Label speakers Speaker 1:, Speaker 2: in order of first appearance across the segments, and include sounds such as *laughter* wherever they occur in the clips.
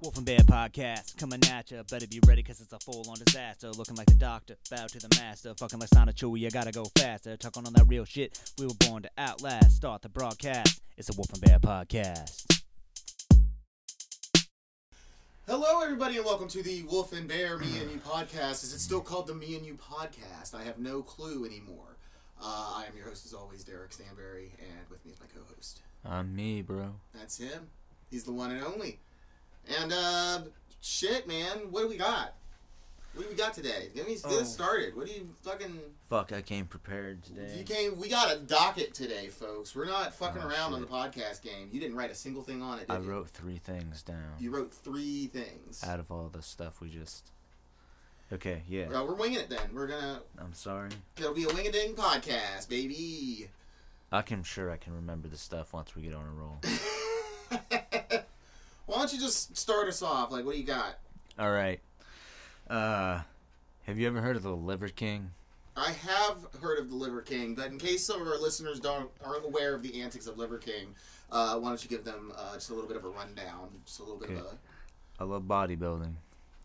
Speaker 1: Wolf and Bear podcast coming at ya. Better be ready cause it's a full on disaster. Looking like the doctor, bow to the master. Fucking like Sana Chewy, I gotta go faster. Talking on that real shit, we were born to outlast. Start the broadcast. It's a Wolf and Bear podcast.
Speaker 2: Hello, everybody, and welcome to the Wolf and Bear Me and You podcast. Is it still called the Me and You podcast? I have no clue anymore. Uh, I am your host, as always, Derek Stanberry, and with me is my co host.
Speaker 3: On me, bro.
Speaker 2: That's him. He's the one and only. And, uh, shit, man, what do we got? What do we got today? Get me get
Speaker 3: Oh.
Speaker 2: us started. What do you fucking.
Speaker 3: Fuck, I came prepared today.
Speaker 2: You came. We got a docket today, folks. We're not fucking around on the podcast game. You didn't write a single thing on it, did
Speaker 3: Oh, I
Speaker 2: you?
Speaker 3: wrote three things down
Speaker 2: You wrote three things.
Speaker 3: out of all the stuff we just. Okay, yeah.
Speaker 2: Well, we're winging it then. We're gonna.
Speaker 3: I'm sorry.
Speaker 2: It'll be a wing a ding podcast, baby.
Speaker 3: I can sure I can remember the stuff once we get on a roll.
Speaker 2: Why don't you just start us off? Like, what do you got?
Speaker 3: all right. Uh, have you ever heard of the Liver King?
Speaker 2: I have heard of the Liver King, but in case some of our listeners don't aren't aware of the antics of Liver King, uh, why don't you give them uh, just a little bit of a rundown, just a little bit of
Speaker 3: Okay.
Speaker 2: a
Speaker 3: I love bodybuilding.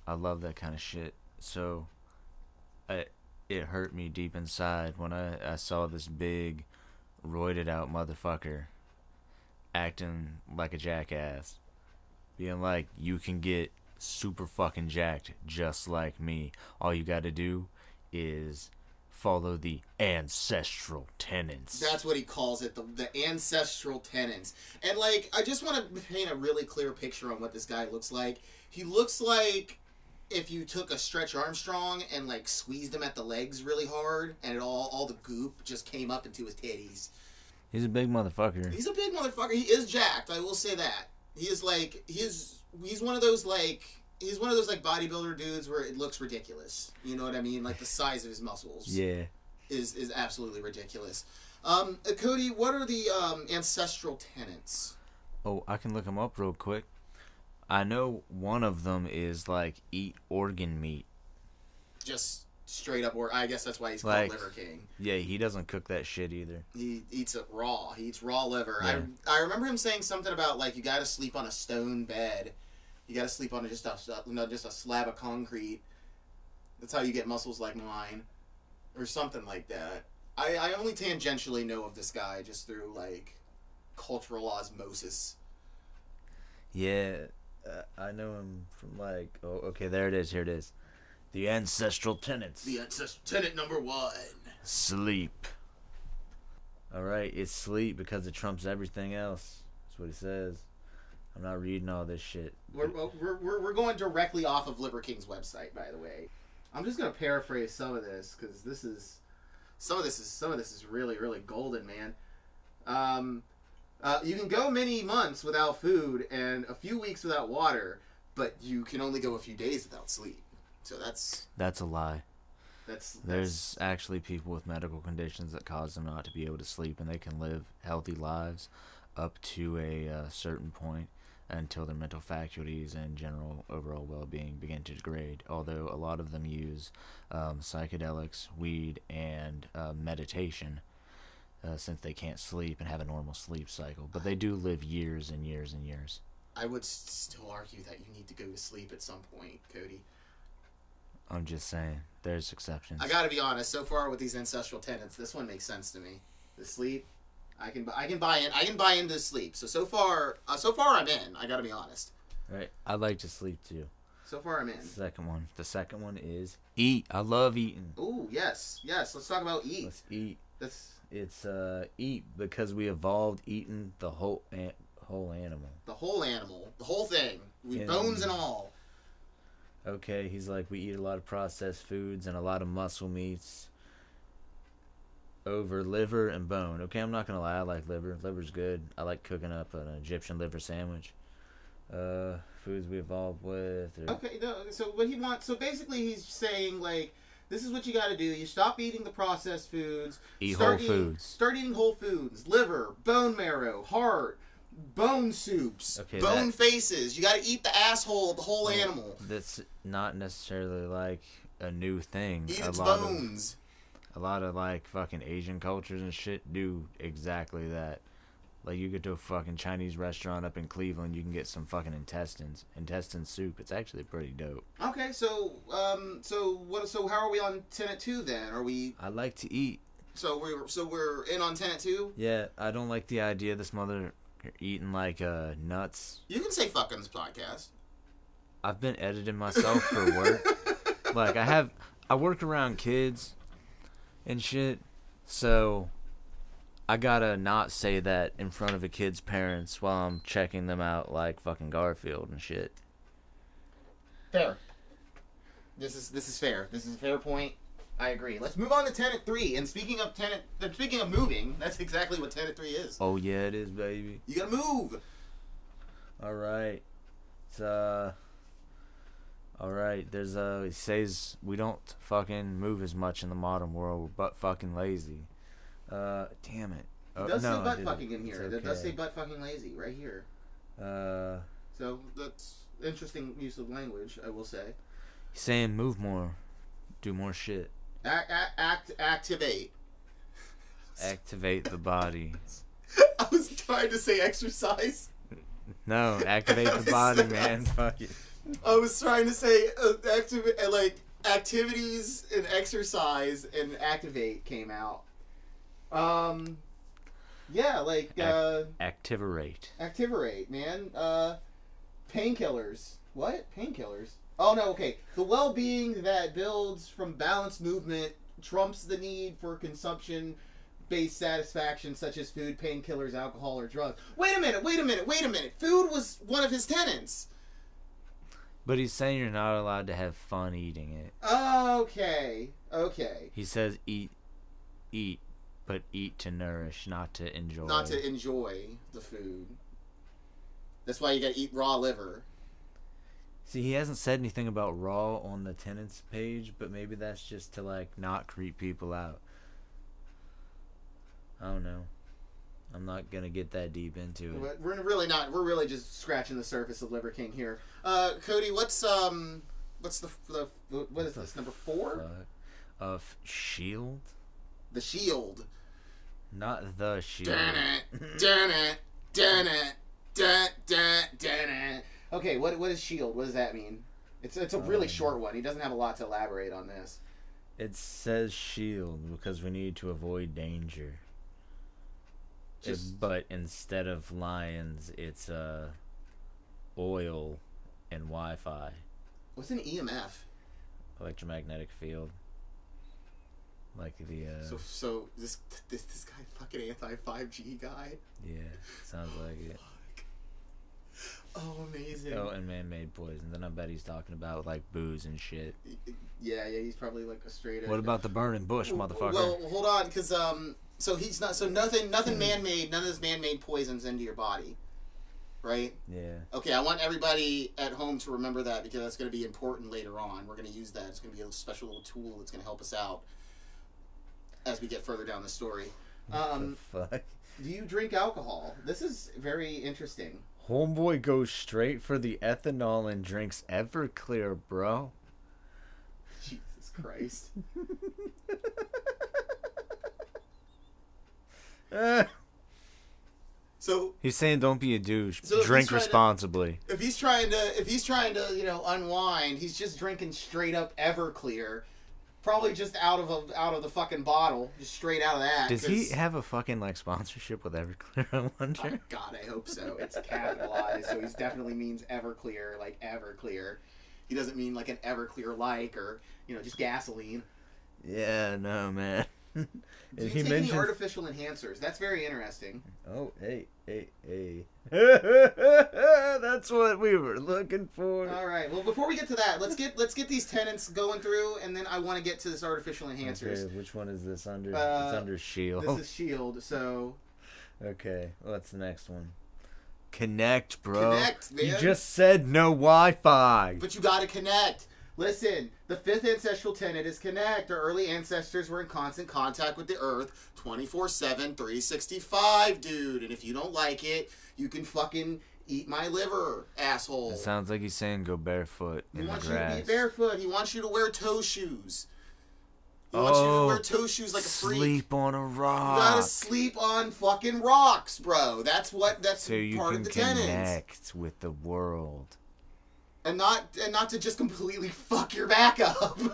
Speaker 3: I love that kind of shit. So, I, it hurt me deep inside when I, I saw this big, roided out motherfucker acting like a jackass. Being like, you can get super fucking jacked just like me. All you gotta do is follow the ancestral tenets.
Speaker 2: That's what he calls it, the, the ancestral tenants. And like, I just want to paint a really clear picture on what this guy looks like. He looks like if you took a Stretch Armstrong and like squeezed him at the legs really hard, and it all all the goop just came up into his titties.
Speaker 3: He's a big motherfucker.
Speaker 2: He's a big motherfucker. He is jacked. I will say that. He is like he is. He's one of those like he's one of those like bodybuilder dudes where it looks ridiculous. You know what I mean? Like the size of his muscles
Speaker 3: Yeah.
Speaker 2: is is absolutely ridiculous. Um, uh, Cody, what are the um, ancestral tenants?
Speaker 3: Oh, I can look them up real quick. I know one of them is like eat organ meat.
Speaker 2: Just straight up, or I guess that's why he's called
Speaker 3: Like-
Speaker 2: Liver King.
Speaker 3: Yeah, he doesn't cook that shit either.
Speaker 2: He eats it raw. He eats raw liver.
Speaker 3: Yeah.
Speaker 2: I I remember him saying something about like you got to sleep on a stone bed. You got to sleep on just a no, just a slab of concrete. That's how you get muscles like mine, or something like that. I, I only tangentially know of this guy just through like cultural osmosis.
Speaker 3: Yeah, uh, I know him from like. Oh, okay, there it is. Here it is. The ancestral tenants.
Speaker 2: The ancestral tenant number one.
Speaker 3: Sleep. All right, it's sleep because it trumps everything else. That's what he says. I'm not reading all this shit.
Speaker 2: We're, we're, we're, we're going directly off of Liver King's website, by the way. I'm just gonna paraphrase some of this because this is some of this is some of this is really really golden, man. Um, uh, you can go many months without food and a few weeks without water, but you can only go a few days without sleep. So that's
Speaker 3: That's a lie.
Speaker 2: that's
Speaker 3: There's actually people with medical conditions that cause them not to be able to sleep, and they can live healthy lives up to a uh, certain point until their mental faculties and general overall well being begin to degrade. Although a lot of them use um, psychedelics, weed, and uh, meditation. Uh, since they can't sleep and have a normal sleep cycle, but they do live years and years and years.
Speaker 2: I would s- still argue that you need to go to sleep at some point, Cody.
Speaker 3: I'm just saying, there's exceptions.
Speaker 2: I gotta be honest. So far with these ancestral tenants, this one makes sense to me. The sleep, I can I can buy in. I can buy into sleep. So so far, uh, so far I'm in. I gotta be honest.
Speaker 3: right? I like to sleep too.
Speaker 2: So far I'm in.
Speaker 3: Second one. The second one is eat. I love eating.
Speaker 2: Ooh yes, yes. Let's talk about eat.
Speaker 3: Let's eat.
Speaker 2: That's
Speaker 3: It's uh eat because we evolved eating the whole an- whole animal.
Speaker 2: the whole animal, the whole thing, we
Speaker 3: Yeah.
Speaker 2: bones and all.
Speaker 3: Okay, he's like we eat a lot of processed foods and a lot of muscle meats over liver and bone. Okay, I'm not gonna lie, I like liver. Liver's good. I like cooking up an Egyptian liver sandwich. Uh, foods we evolved with. Or,
Speaker 2: Okay, no, so what he wants, so basically he's saying like, this is what you got to do. You stop eating the processed foods.
Speaker 3: Eat
Speaker 2: start
Speaker 3: whole
Speaker 2: eating,
Speaker 3: foods.
Speaker 2: Start eating whole foods: liver, bone marrow, heart, bone soups,
Speaker 3: Okay, that-
Speaker 2: bone
Speaker 3: Oh,
Speaker 2: faces. You got to eat the asshole of the whole animal.
Speaker 3: That's not necessarily like a new thing.
Speaker 2: Eat
Speaker 3: a
Speaker 2: its
Speaker 3: lot of-
Speaker 2: bones.
Speaker 3: a lot of like fucking Asian cultures and shit do exactly that. Like you go to a fucking Chinese restaurant up in Cleveland, you can get some fucking intestines, intestine soup. It's actually pretty dope.
Speaker 2: Okay, so um, so what? So how are we on Tenet two then? Are we
Speaker 3: I like to eat.
Speaker 2: so we're so we're in on Tenet two?
Speaker 3: Yeah, I don't like the idea of this mother eating like uh nuts.
Speaker 2: You can say fuck on this podcast.
Speaker 3: I've been editing myself for
Speaker 2: *laughs*
Speaker 3: work. like I have I work around kids and shit. So I gotta not say that in front of a kid's parents while I'm checking them out like fucking Garfield and shit.
Speaker 2: Fair. This is this is fair. This is a fair point. I agree. Let's move on to Tenet three. And speaking of Tenet, uh, speaking of moving, that's exactly what Tenet three is.
Speaker 3: Oh yeah it is baby.
Speaker 2: You gotta move.
Speaker 3: Alright. It's uh Alright, there's uh he says we don't fucking move as much in the modern world, we're butt fucking lazy. Uh damn it.
Speaker 2: It
Speaker 3: Oh,
Speaker 2: does
Speaker 3: no,
Speaker 2: say
Speaker 3: I
Speaker 2: butt
Speaker 3: didn't.
Speaker 2: fucking in
Speaker 3: It's
Speaker 2: here. It does
Speaker 3: okay.
Speaker 2: say butt fucking lazy right here.
Speaker 3: uh
Speaker 2: So that's interesting use of language, I will say.
Speaker 3: he's saying move more. Do more shit.
Speaker 2: Act, act activate. *laughs*
Speaker 3: Activate the body.
Speaker 2: I was trying to say exercise.
Speaker 3: No, activate
Speaker 2: *laughs*
Speaker 3: the body, man. Fuck it.
Speaker 2: I was trying to say uh, activ- uh, like activities and exercise and activate came out. Um, yeah, like uh,
Speaker 3: Activate.
Speaker 2: activate, man. Uh, painkillers. What painkillers? Oh no, okay. The well-being that builds from balanced movement trumps the need for consumption. Based satisfaction such as food, painkillers, alcohol, or drugs. Wait a minute, wait a minute, wait a minute. Food was one of his tenants.
Speaker 3: But he's saying you're not allowed to have fun eating it.
Speaker 2: Okay, okay.
Speaker 3: He says eat, eat, but eat to nourish, not to enjoy.
Speaker 2: Not to enjoy the food. That's why you gotta eat raw liver.
Speaker 3: See, he hasn't said anything about raw on the tenants page, but maybe that's just to like not creep people out. I don't know. I'm not gonna get that deep into it.
Speaker 2: But We're really not. We're really just scratching the surface of Liver King here. Uh, Cody, what's um, what's the, the what is this number four?
Speaker 3: Fuck. Of shield,
Speaker 2: The Shield.
Speaker 3: not the shield.
Speaker 2: Dun it,
Speaker 3: *laughs*
Speaker 2: dun it, dun it, dun dun dun it. Okay, what what is Shield? What does that mean? It's it's a really
Speaker 3: Um,
Speaker 2: short one. He doesn't have a lot to elaborate on this.
Speaker 3: It says shield because we need to avoid danger. It-
Speaker 2: Just-
Speaker 3: but instead of lions, it's uh, oil and Wi Fi,
Speaker 2: What's an E EMF?
Speaker 3: electromagnetic field. Like the. Uh,
Speaker 2: So so this this this guy fucking anti five G guy.
Speaker 3: yeah, sounds like it.
Speaker 2: Oh, amazing.
Speaker 3: Oh, and man made poison. Then I bet he's talking about like booze and shit.
Speaker 2: Yeah, yeah, he's probably like a straight.
Speaker 3: What about the burning bush, motherfucker?
Speaker 2: Well, hold on, because um, so he's not so nothing, nothing man-made, none of this man-made poisons into your body, right?
Speaker 3: yeah.
Speaker 2: Okay, I want everybody at home to remember that because that's going to be important later on. We're going to use that. It's going to be a special little tool that's going to help us out as we get further down the story.
Speaker 3: *laughs*
Speaker 2: Um,
Speaker 3: the fuck?
Speaker 2: do you drink alcohol? This is very interesting.
Speaker 3: Homeboy goes straight for the ethanol and drinks Everclear, bro.
Speaker 2: Jesus Christ.
Speaker 3: Eh.
Speaker 2: So
Speaker 3: *laughs* He's saying don't be a douche.
Speaker 2: So if he's
Speaker 3: Drink
Speaker 2: trying to-
Speaker 3: responsibly.
Speaker 2: if he's trying to if he's trying to you know unwind he's just drinking straight up everclear probably just out of a out of the fucking bottle just straight out of that
Speaker 3: Does he
Speaker 2: 'cause- *laughs*
Speaker 3: have a fucking like sponsorship with Everclear? *laughs* I
Speaker 2: Oh,
Speaker 3: wonder.
Speaker 2: god i hope so it's capitalized so he definitely means everclear like everclear he doesn't mean like an everclear like or you know just gasoline
Speaker 3: Yeah, no, *laughs* man. and
Speaker 2: do you
Speaker 3: he
Speaker 2: take
Speaker 3: mentioned.
Speaker 2: any artificial enhancers that's very interesting
Speaker 3: oh, hey, hey, hey. *laughs* That's what we were looking for.
Speaker 2: all right well before we get to that let's get let's get these tenants going through and then i want to get to this artificial enhancers
Speaker 3: Okay, Oh. which one is this under?
Speaker 2: Uh,
Speaker 3: it's under Shield.
Speaker 2: this is shield E so
Speaker 3: E Okay, what's the next one? Connect, bro.
Speaker 2: connect man.
Speaker 3: You just said no Wi-Fi.
Speaker 2: But you gotta connect. Listen, the fifth ancestral tenet is connect. Our early ancestors were in constant contact with the earth 24 7, 365, dude. And if you don't like it, you can fucking eat my liver, asshole.
Speaker 3: It sounds like he's saying go barefoot
Speaker 2: He
Speaker 3: in the
Speaker 2: wants you to
Speaker 3: grass.
Speaker 2: be barefoot. He wants you to wear toe shoes. He wants you to
Speaker 3: Oh,
Speaker 2: wear toe shoes like a freak.
Speaker 3: Sleep on a
Speaker 2: You gotta
Speaker 3: rock.
Speaker 2: sleep on fucking rocks, bro. That's what. That's
Speaker 3: So you
Speaker 2: part
Speaker 3: can
Speaker 2: of the tenants.
Speaker 3: connect with the world.
Speaker 2: And not and not to just completely *laughs* fuck your back up. *laughs*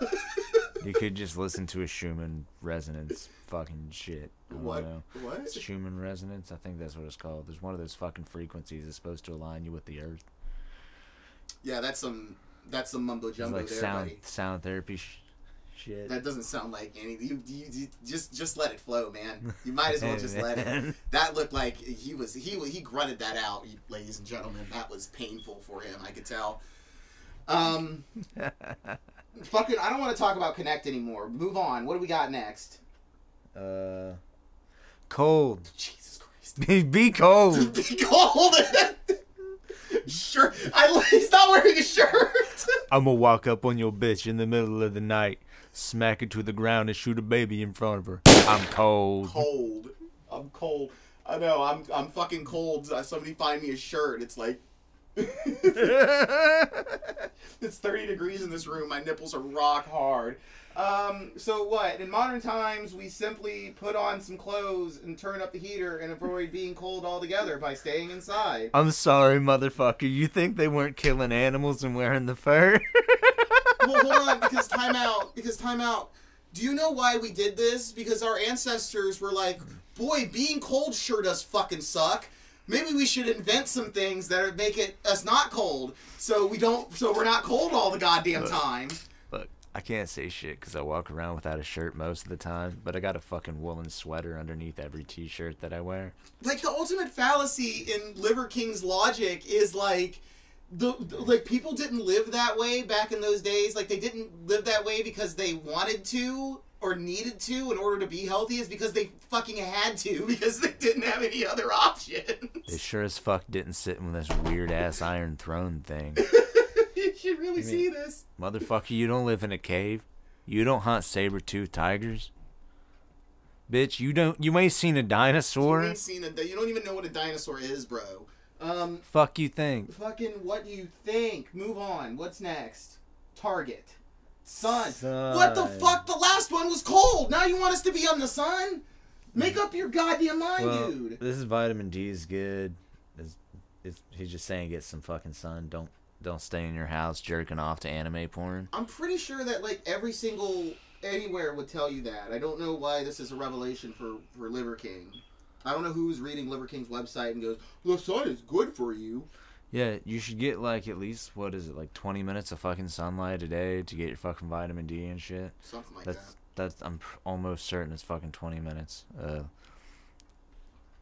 Speaker 3: You could just listen to a Schumann resonance fucking shit. I don't
Speaker 2: what?
Speaker 3: know.
Speaker 2: What?
Speaker 3: Oh, It's Schumann resonance. I think that's what it's called. There's one of those fucking frequencies that's supposed to align you with the earth.
Speaker 2: Yeah, that's some that's some mumbo
Speaker 3: It's
Speaker 2: jumbo
Speaker 3: like
Speaker 2: there,
Speaker 3: sound
Speaker 2: buddy.
Speaker 3: sound therapy sh- shit.
Speaker 2: That doesn't sound like any. You, you, you just just let it flow, man. You
Speaker 3: *laughs*
Speaker 2: might as well just let it. That looked like he was he wa- he grunted that out, you- ladies and gentlemen. That was painful for him. I could tell.
Speaker 3: *laughs*
Speaker 2: Um, fucking, I don't want to talk about connect anymore. Move on. What do we got next?
Speaker 3: Uh, cold. *laughs*
Speaker 2: Jesus Christ.
Speaker 3: Be, be cold.
Speaker 2: *laughs* Be cold. sure. I, he's not wearing a shirt. *laughs*
Speaker 3: I'm gonna walk up on your bitch in the middle of the night, smack her to the ground, and shoot a baby in front of her. I'm cold.
Speaker 2: cold. I'm cold. I know. I'm I'm fucking cold. Uh, Somebody find me a shirt. It's like *laughs* it's 30 degrees in this room. My nipples are rock hard. Um, so what? In modern times, we simply put on some clothes and turn up the heater and avoid being cold altogether by staying inside.
Speaker 3: *laughs* I'm sorry, motherfucker. You think they weren't killing animals and wearing the fur? *laughs*
Speaker 2: well, hold on, because time out. Because time out. Do you know why we did this? Because our ancestors were like, boy, being cold sure does fucking suck. Maybe we should invent some things that make it us not cold, so we don't, so we're not cold all the goddamn time.
Speaker 3: Look, I can't say shit because I walk around without a shirt most of the time, but I got a fucking woolen sweater underneath every t-shirt that I wear.
Speaker 2: Like the ultimate fallacy in Liver King's logic is like, the, the- like people didn't live that way back in those days. Like they didn't live that way because they wanted to or needed to in order to be healthy. Is because they fucking had to *laughs* because they didn't have any other option.
Speaker 3: They sure as fuck didn't sit in this weird ass Iron Throne thing.
Speaker 2: *laughs* you should really see this.
Speaker 3: Motherfucker, you don't live in a cave. You don't hunt saber-toothed tigers. Bitch, you don't. You ain't seen a
Speaker 2: You
Speaker 3: dinosaur.
Speaker 2: ain't seen a, you don't even know what a dinosaur is, bro. Um,
Speaker 3: Fuck you think?
Speaker 2: fucking what do you think? Move on. What's next? Target. Sun.
Speaker 3: Sun.
Speaker 2: What the fuck? The last one was cold. Now you want us to be on the sun? Make up your goddamn mind, dude.
Speaker 3: this is vitamin D is good. It's, it's, he's just saying get some fucking sun. Don't don't stay in your house jerking off to anime porn.
Speaker 2: I'm pretty sure that like every single anywhere would tell you that. I don't know why this is a revelation for for Liver King. I don't know who's reading Liver King's website and goes, "The sun is good for you."
Speaker 3: Yeah, you should get like at least what is it like twenty minutes of fucking sunlight a day to get your fucking vitamin D and shit.
Speaker 2: Something like that.
Speaker 3: That's that's I'm pr- almost certain it's fucking twenty minutes. Uh,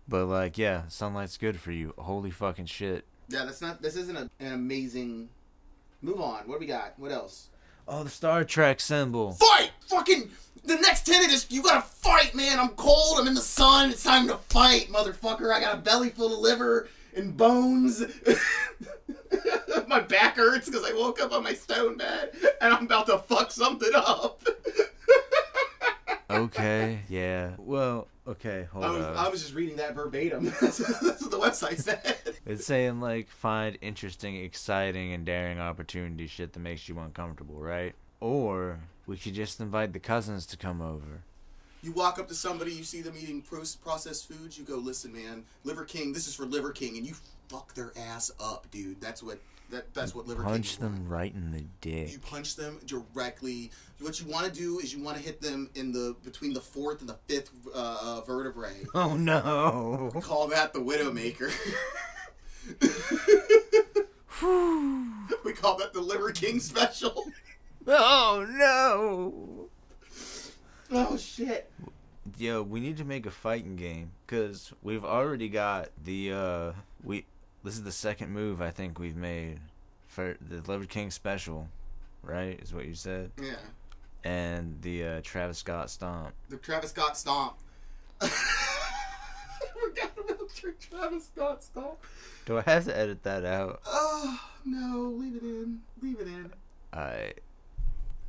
Speaker 3: but like yeah, sunlight's good for you. Holy fucking shit.
Speaker 2: Yeah, that's not. This isn't a, an amazing. Move on. What do we got? What else?
Speaker 3: Oh, the Star Trek symbol.
Speaker 2: Fight! Fucking. The next tenet is you gotta fight, man. I'm cold. I'm in the sun. It's time to fight, motherfucker. I got a belly full of liver and bones. *laughs* my back hurts because I woke up on my stone bed and I'm about to fuck something up.
Speaker 3: Okay. yeah. Well. Okay. Hold
Speaker 2: I was,
Speaker 3: up.
Speaker 2: I was just reading that verbatim. *laughs* that's what the website said.
Speaker 3: It's saying like find interesting, exciting, and daring opportunity shit that makes you uncomfortable, right? Or we could just invite the cousins to come over.
Speaker 2: You walk up to somebody, you see them eating pro- processed foods, you go, "Listen, man, Liver King, this is for Liver King," and you fuck their ass up, dude. That's what that that's what Liver
Speaker 3: Punch
Speaker 2: King. would
Speaker 3: them right in the
Speaker 2: want. You
Speaker 3: dick.
Speaker 2: punch them directly. What you want to do is you want to hit them in the between the fourth and the fifth uh, vertebrae.
Speaker 3: Oh
Speaker 2: *laughs*
Speaker 3: no.
Speaker 2: Call that the Widowmaker. *laughs* we call that the Liver King special.
Speaker 3: Oh no.
Speaker 2: *laughs* oh shit!
Speaker 3: Yo, we need to make a fighting game cuz we've already got the uh we this is the second move I think we've made for the Lever King special, right? Is what you said.
Speaker 2: Yeah,
Speaker 3: And the uh, Travis Scott stomp.
Speaker 2: the Travis Scott stomp. *laughs* I forgot about your Travis Scott stomp.
Speaker 3: Do I have to edit that out?
Speaker 2: Oh no, leave it in. Leave it in.
Speaker 3: I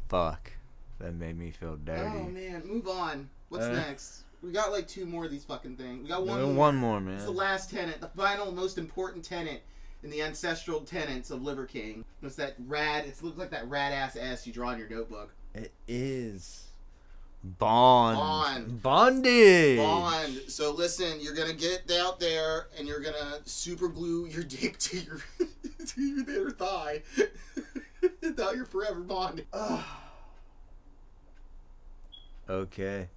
Speaker 3: fuck. That made me feel
Speaker 2: Oh
Speaker 3: dirty.
Speaker 2: man, move on. What's
Speaker 3: Uh.
Speaker 2: next? We got like two more of these fucking things. We got one.
Speaker 3: one,
Speaker 2: more.
Speaker 3: one more, man.
Speaker 2: It's the last tenant, the final, most important tenant in the ancestral tenants of Liver King. It's that rad. It looks like that rad ass S you draw in your notebook.
Speaker 3: It is. Bond.
Speaker 2: Bond.
Speaker 3: Bondage.
Speaker 2: Bond. So listen, you're gonna get out there and you're gonna super glue your dick to your *laughs* to your inner thigh. *laughs* now you're forever bonded. *sighs* Ugh.
Speaker 3: Okay.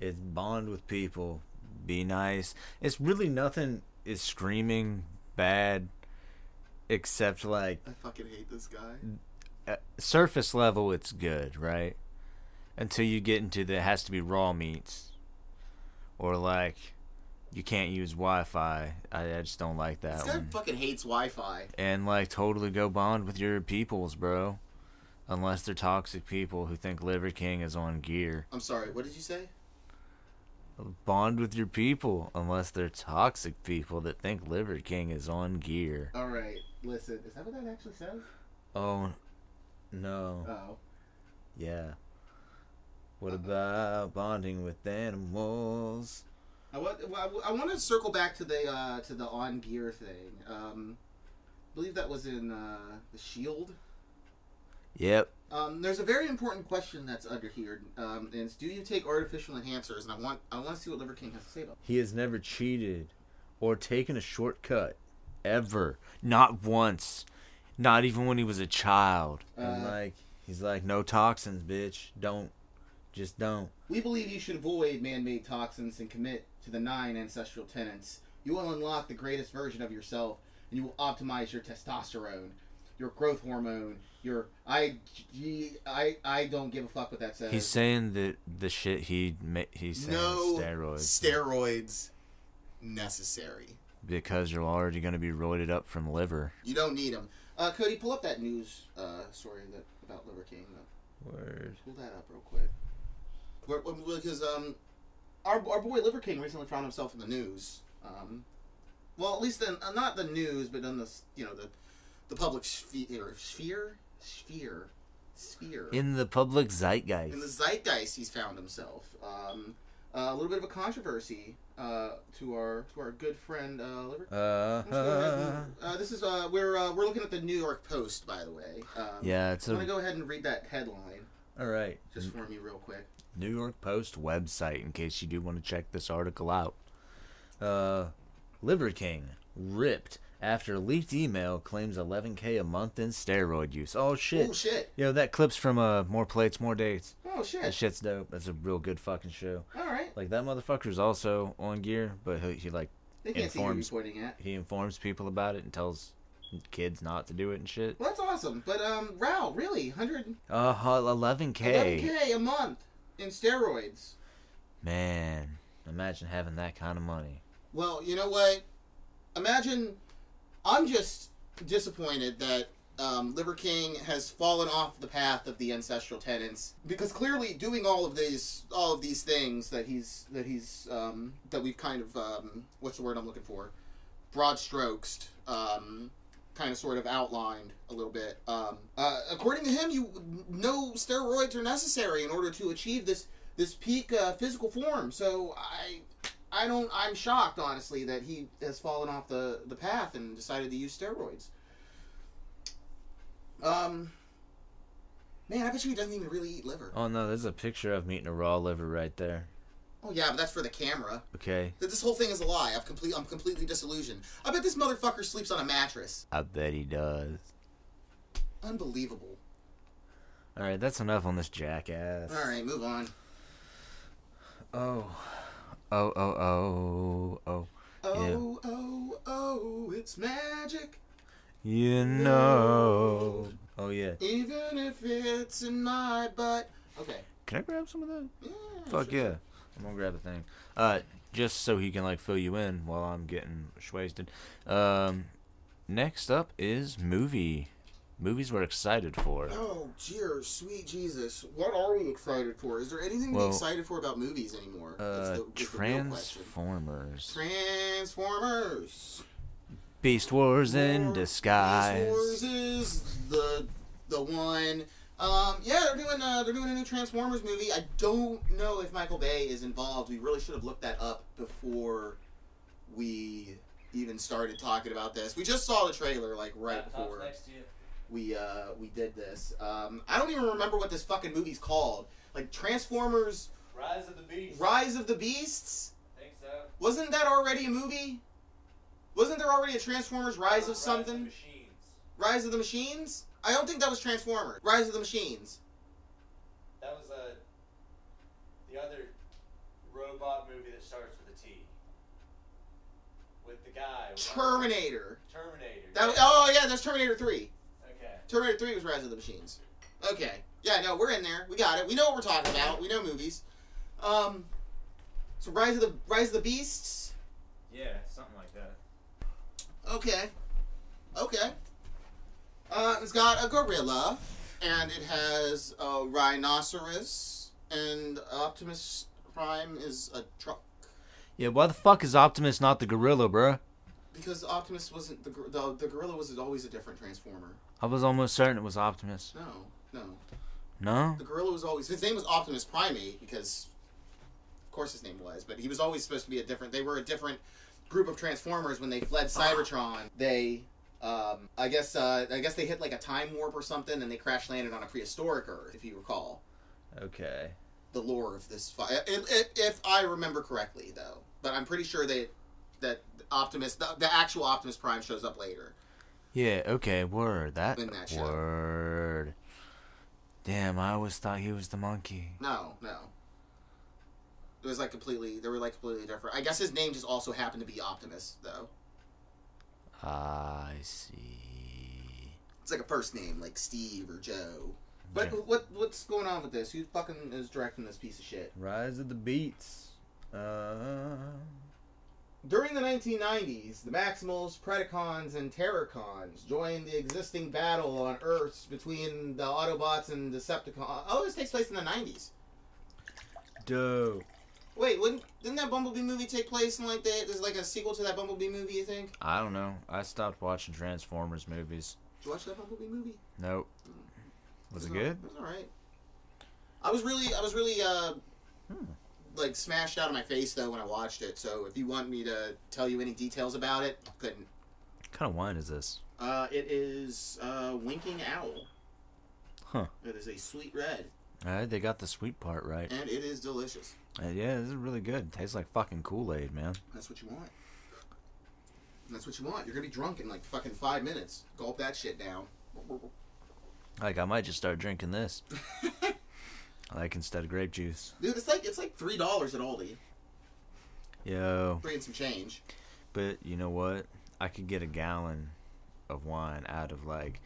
Speaker 3: It's bond with people. Be nice. It's really nothing is screaming bad except like
Speaker 2: I fucking hate this guy.
Speaker 3: at surface level it's good, right? Until you get into the it has to be raw meats or like you can't use Wi-Fi. I, I just don't like that
Speaker 2: This guy
Speaker 3: one.
Speaker 2: fucking hates Wi-Fi.
Speaker 3: and like totally go bond with your peoples, bro. Unless they're toxic people who think Liver King is on gear.
Speaker 2: I'm sorry. What did you say?
Speaker 3: Bond with your people, unless they're toxic people that think Liver King is on gear.
Speaker 2: All right. Listen, is that what that actually says?
Speaker 3: Oh, no.
Speaker 2: Oh.
Speaker 3: Yeah. What about bonding with animals?
Speaker 2: I want, I want to circle back to the uh, to the on gear thing. Um, I believe that was in uh, the Shield.
Speaker 3: Yep.
Speaker 2: Um, there's a very important question that's under here, um, and it's do you take artificial enhancers? And I want I want to see what Liver King has to say about.
Speaker 3: He has never cheated or taken a shortcut. Ever. Not once. Not even when he was a child. and
Speaker 2: Uh.
Speaker 3: like, he's like, no toxins, bitch. Don't. Just don't.
Speaker 2: it. We believe you should avoid man-made toxins and commit to the nine ancestral tenets. You will unlock the greatest version of yourself, and you will optimize your testosterone, your growth hormone, your I G I I don't give a fuck what that says.
Speaker 3: He's saying that the shit he ma- he's saying
Speaker 2: Uh. no
Speaker 3: is steroids.
Speaker 2: steroids necessary.
Speaker 3: because you're already going to be roided up from liver.
Speaker 2: You don't need them. Uh, Cody, pull up that news uh, story that about Liver King. uh,
Speaker 3: Word.
Speaker 2: Pull that up real quick. We're, we because um, our our boy Liver King recently found himself in the news. Um, well, at least in, uh, not the news, but in the s- you know the the public sphere, sphere, sphere, sphere.
Speaker 3: In the public zeitgeist.
Speaker 2: In the zeitgeist, he's found himself. Um, uh, a little bit of a controversy uh, to our to our good friend uh, Liver.
Speaker 3: uh,
Speaker 2: Uh, this is uh, we're uh, we're looking at the New York Post, by the way. Um,
Speaker 3: yeah, it's
Speaker 2: I'm gonna
Speaker 3: a.
Speaker 2: go ahead and read that headline
Speaker 3: All right.
Speaker 2: just for me, real quick.
Speaker 3: New York Post website in case you do want to check this article out. Uh, Liver King ripped after leaked email claims 11k a month in steroid use. Oh shit.
Speaker 2: Oh shit!
Speaker 3: Yo, that clip's from uh, More Plates, More Dates.
Speaker 2: Oh
Speaker 3: That
Speaker 2: shit!
Speaker 3: shit's dope. That's a real good fucking show.
Speaker 2: All right.
Speaker 3: Like that motherfucker's also on gear, but he, he like
Speaker 2: They can't
Speaker 3: informs-
Speaker 2: see who you're pointing at.
Speaker 3: he informs people about it and tells kids not to do it and shit.
Speaker 2: Well, that's awesome. But um, Rao, really, 100
Speaker 3: Uh, 11k.
Speaker 2: k a month in steroids.
Speaker 3: Man, imagine having that kind of money.
Speaker 2: Well, you know what? Imagine. I'm just disappointed that um, Liver King has fallen off the path of the ancestral tenants because clearly doing all of these all of these things that he's that he's um, that we've kind of um, what's the word I'm looking for broad strokes um, kind of sort of outlined a little bit. Um, uh, according to him, you no steroids are necessary in order to achieve this this peak uh, physical form. So I I don't I'm shocked honestly that he has fallen off the the path and decided to use steroids. Um, man, I bet you he doesn't even really eat liver.
Speaker 3: Oh no, there's a picture of me eating a raw liver right there.
Speaker 2: Oh yeah, but that's for the camera.
Speaker 3: Okay.
Speaker 2: That this whole thing is a lie. I've complete I'm completely disillusioned. I bet this motherfucker sleeps on a mattress.
Speaker 3: I bet he does.
Speaker 2: Unbelievable.
Speaker 3: All right, that's enough on this jackass.
Speaker 2: All right, move on.
Speaker 3: Oh. Oh oh oh oh.
Speaker 2: Oh, oh, oh, it's magic.
Speaker 3: You know. Oh yeah.
Speaker 2: Even if it's in my butt. Okay.
Speaker 3: Can I grab some of that?
Speaker 2: Yeah,
Speaker 3: Fuck
Speaker 2: sure.
Speaker 3: yeah. I'm gonna grab a thing. Uh, just so he can like fill you in while I'm getting wasted. Um, next up is movie. Movies we're excited for.
Speaker 2: Oh, dear, sweet Jesus. What are we excited for? Is there anything to
Speaker 3: Well,
Speaker 2: be excited for about movies anymore? That's
Speaker 3: Uh,
Speaker 2: the- that's the real question.
Speaker 3: Transformers.
Speaker 2: Transformers.
Speaker 3: Beast Wars in
Speaker 2: War-
Speaker 3: disguise.
Speaker 2: Beast Wars is the the one. Um, yeah, they're doing uh, they're doing a new Transformers movie. I don't know if Michael Bay is involved. We really should have looked that up before we even started talking about this. We just saw the trailer like right before we uh, we did this. Um, I don't even remember what this fucking movie's called. Like Transformers
Speaker 1: Rise of the Beast.
Speaker 2: Rise of the Beasts?
Speaker 1: Think so.
Speaker 2: Wasn't that already a movie? Wasn't there already a Transformers Rise of something?
Speaker 1: Machines.
Speaker 2: Rise of the Machines? I don't think that was Transformers. Rise of the Machines.
Speaker 1: That was uh, the other robot movie that starts with a T. With the guy. with-
Speaker 2: Terminator.
Speaker 1: Terminator.
Speaker 2: That oh yeah, that's Terminator 3.
Speaker 1: Okay.
Speaker 2: Terminator 3 was Rise of the Machines. Okay. Yeah, no, we're in there. We got it. We know what we're talking about. We know movies. Um so Rise of the Rise of the Beasts.
Speaker 3: Yeah, something like that.
Speaker 2: Okay. Okay. Uh, it's got a gorilla, and it has a rhinoceros, and Optimus Prime is a truck.
Speaker 3: Yeah, why the fuck is Optimus not the gorilla, bruh?
Speaker 2: Because Optimus wasn't the gor- the, the gorilla was always a different Transformer.
Speaker 3: I was almost certain it was Optimus.
Speaker 2: No, no.
Speaker 3: No?
Speaker 2: The gorilla was always his name was Optimus Primate because, of course, his name was. But he was always supposed to be a different. They were a different group of Transformers when they fled Cybertron. They, um, I guess, uh, I guess they hit like a time warp or something, and they crash landed on a prehistoric Earth, if you recall
Speaker 3: Okay.
Speaker 2: the lore of this fight. If, if, if I remember correctly, though, but I'm pretty sure they that Optimus, the, the actual Optimus Prime, shows up later.
Speaker 3: Yeah, okay, word. That,
Speaker 2: In that show.
Speaker 3: word. Damn, I always thought he was the monkey.
Speaker 2: No, no. It was like completely. They were like completely different. I guess his name just also happened to be Optimus, though.
Speaker 3: I see.
Speaker 2: It's like a first name, like Steve or Joe. But
Speaker 3: Yeah.
Speaker 2: what what's going on with this? Who fucking is directing this piece of shit?
Speaker 3: Rise of the Beats. Uh,
Speaker 2: During the 1990s, the Maximals, Predacons, and Terracons joined the existing battle on Earth between the Autobots and Decepticons. Oh, this takes place in the 90s.
Speaker 3: dope.
Speaker 2: Wait, wouldn't, didn't that Bumblebee movie take place in like the, there's like a sequel to that Bumblebee movie? You think?
Speaker 3: I don't know. I stopped watching Transformers movies.
Speaker 2: Did you watch that Bumblebee movie?
Speaker 3: Nope. Was it
Speaker 2: all-
Speaker 3: good?
Speaker 2: It was all right. I was really, I was really, uh,
Speaker 3: Hmm.
Speaker 2: like smashed out of my face though when I watched it. So if you want me to tell you any details about it, I couldn't.
Speaker 3: What kind of wine is this?
Speaker 2: Uh, it is uh, Winking Owl.
Speaker 3: Huh.
Speaker 2: It is a sweet red,
Speaker 3: Uh, they got the sweet part right.
Speaker 2: and it is delicious.
Speaker 3: Uh, yeah, this is really good. Tastes like fucking Kool Aid, man.
Speaker 2: That's what you want. That's what you want. You're gonna be drunk in like fucking five minutes. Gulp that shit down. *laughs*
Speaker 3: Like I might just start drinking this. like instead of grape juice.
Speaker 2: Dude, it's like it's like three dollars at Aldi,
Speaker 3: Yo,
Speaker 2: three and some change.
Speaker 3: but you know what? I could get a gallon of wine out of like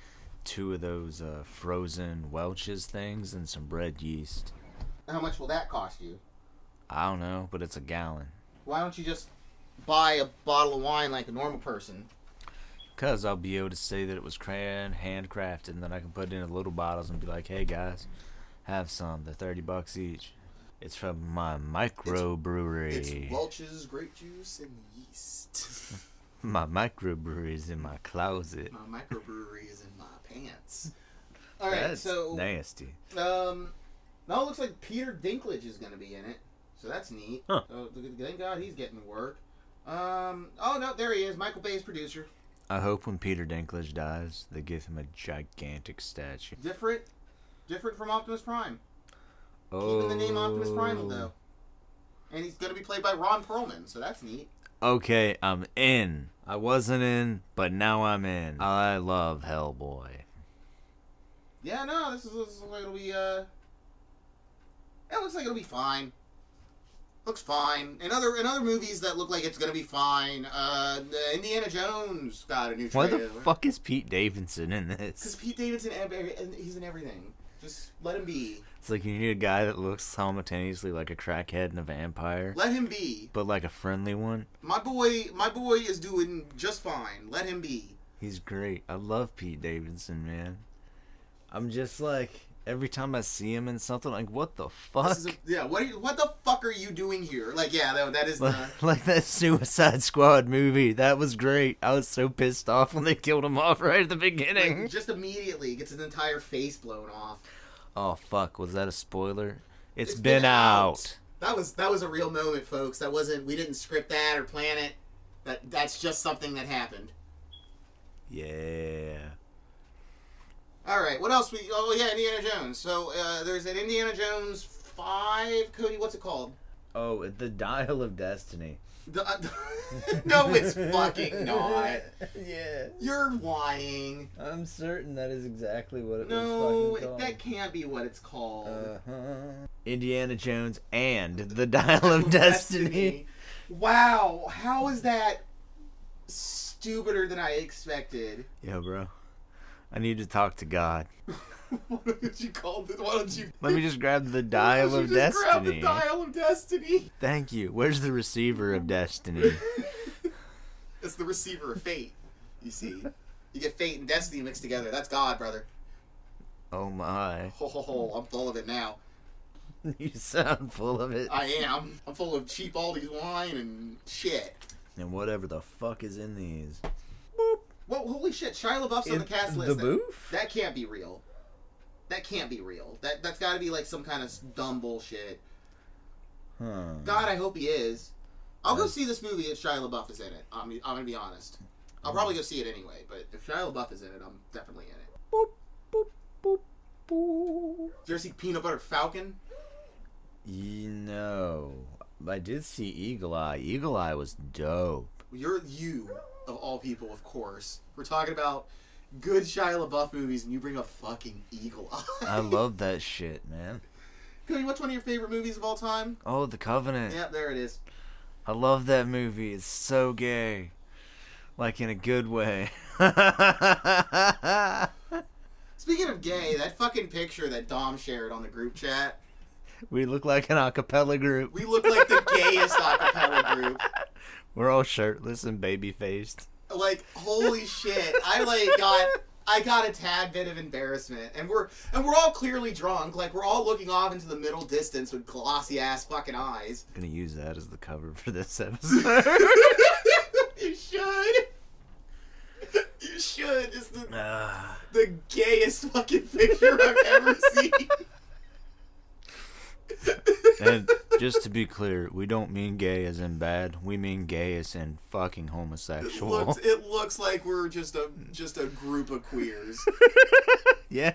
Speaker 3: two of those uh, frozen Welch's things and some bread yeast.
Speaker 2: How much will that cost you?
Speaker 3: I don't know, but it's a gallon.
Speaker 2: Why don't you just buy a bottle of wine like a normal person?
Speaker 3: Cause I'll be able to say that it was crayon handcrafted, and then I can put it in little bottles and be like, "Hey guys, have some. They're thirty bucks each. It's from my micro
Speaker 2: It's
Speaker 3: brewery.
Speaker 2: Welch's grape juice and yeast. *laughs*
Speaker 3: my micro brewery's in my closet.
Speaker 2: my microbrewery is in my pants. All right,
Speaker 3: That's
Speaker 2: so
Speaker 3: nasty.
Speaker 2: um, now it looks like Peter Dinklage is going to be in it, so that's neat.
Speaker 3: Huh.
Speaker 2: So th- thank God he's getting work. Um, oh no, there he is, Michael Bay's producer.
Speaker 3: I hope when Peter Dinklage dies, they give him a gigantic statue.
Speaker 2: Different, different from Optimus Prime.
Speaker 3: Oh,
Speaker 2: Keeping the name Optimus Primal though, and he's going to be played by Ron Perlman, so that's neat.
Speaker 3: Oh. Okay, I'm in. I wasn't in, but now I'm in. I love Hellboy.
Speaker 2: Yeah, no, this is, this is it'll be. Uh, it looks like it'll be fine. Looks fine. In other in other movies that look like it's gonna be fine, uh, the Indiana Jones got a new
Speaker 3: Why
Speaker 2: trailer.
Speaker 3: the fuck is Pete Davidson in
Speaker 2: Because
Speaker 3: this?
Speaker 2: Pete Davidson, ev- ev- and he's in everything. Just let him be.
Speaker 3: It's like you need a guy that looks simultaneously like a crackhead and a vampire,
Speaker 2: Let him be.
Speaker 3: but like a friendly one.
Speaker 2: My boy, my boy is doing just fine. Let him be.
Speaker 3: He's great. I love Pete Davidson, man. I'm just like every time I see him in something, like what the fuck?
Speaker 2: This is a, yeah. What are you, what the fuck are you doing here? Like yeah, that, that
Speaker 3: *laughs*
Speaker 2: is the.
Speaker 3: like, like that Suicide Squad movie. That was great. I was so pissed off when they killed him off *laughs* right at the beginning.
Speaker 2: Like, just immediately gets his entire face blown off.
Speaker 3: oh fuck, was that a spoiler? it's
Speaker 2: It's
Speaker 3: been, out.
Speaker 2: That was that was a real moment, folks. That wasn't we didn't script that or plan it. That that's just something that happened.
Speaker 3: Yeah.
Speaker 2: All right, what else we? Oh yeah, Indiana Jones. So uh, there's an Indiana Jones five, Cody. What's it called?
Speaker 3: Oh, the Dial of Destiny.
Speaker 2: The, uh, *laughs* no,
Speaker 3: *laughs*
Speaker 2: it's fucking not.
Speaker 3: yeah.
Speaker 2: You're lying.
Speaker 3: I'm certain that is exactly what it
Speaker 2: No,
Speaker 3: was fucking called.
Speaker 2: that can't be what it's called.
Speaker 3: Uh-huh. Indiana Jones and the Dial
Speaker 2: *laughs*
Speaker 3: of Destiny.
Speaker 2: Wow, how is that stupider than I expected? *laughs*
Speaker 3: Yo, bro. I need to talk to God.
Speaker 2: Why don't you call this? Why don't you?
Speaker 3: Let me just grab
Speaker 2: *laughs*
Speaker 3: the
Speaker 2: why don't
Speaker 3: Dial
Speaker 2: you
Speaker 3: of
Speaker 2: just Grab the
Speaker 3: Destiny.
Speaker 2: dial of destiny.
Speaker 3: Thank you. Where's the receiver of destiny?
Speaker 2: *laughs* It's the receiver of fate. You see, you get fate and destiny mixed together. That's God, brother.
Speaker 3: Oh my. *laughs*
Speaker 2: Ho ho ho! I'm full of it now.
Speaker 3: You sound full of it.
Speaker 2: I am. I'm full of cheap Aldi's wine and shit.
Speaker 3: And whatever the fuck is in these.
Speaker 2: Whoa, holy shit! Shia LaBeouf's on the cast list.
Speaker 3: the
Speaker 2: That-
Speaker 3: booth?
Speaker 2: That can't be real. That can't be real. That that's got to be like some kind of dumb bullshit.
Speaker 3: Huh.
Speaker 2: God, I hope he is. I'll go see this movie if Shia LaBeouf is in it. I'm I'm gonna be honest. I'll probably go see it anyway. But if Shia LaBeouf is in it, I'm definitely in it. Did you ever see Peanut Butter Falcon?
Speaker 3: You know, I did see Eagle Eye. Eagle Eye was dope.
Speaker 2: You're you of all people, of course. We're talking about good Shia LaBeouf movies, and you bring up fucking Eagle *laughs* Eye.
Speaker 3: I love that shit, man.
Speaker 2: Cody, what's one of your favorite movies of all time?
Speaker 3: Oh, The Covenant.
Speaker 2: Yep, there it is.
Speaker 3: I love that movie. It's so gay. Like in a good way. *laughs* we
Speaker 2: Speaking of gay, that fucking picture that Dom shared on the group chat,
Speaker 3: look like an acapella group.
Speaker 2: we look like the
Speaker 3: *laughs*
Speaker 2: gayest acapella group.
Speaker 3: We're all shirtless and baby faced.
Speaker 2: Like, holy shit! I like got, I got a tad bit of embarrassment, and we're and we're all clearly drunk. Like, we're all looking off into the middle distance with glossy ass fucking eyes.
Speaker 3: Gonna use that as the cover for this episode. *laughs*
Speaker 2: you should. You should. It's the
Speaker 3: Ah,
Speaker 2: the gayest fucking picture I've ever seen.
Speaker 3: and just to be clear, we don't mean gay as in bad. We mean gay as in fucking
Speaker 2: It
Speaker 3: homosexual.
Speaker 2: looks, it looks like we're just a just a group of queers.
Speaker 3: *laughs* yeah.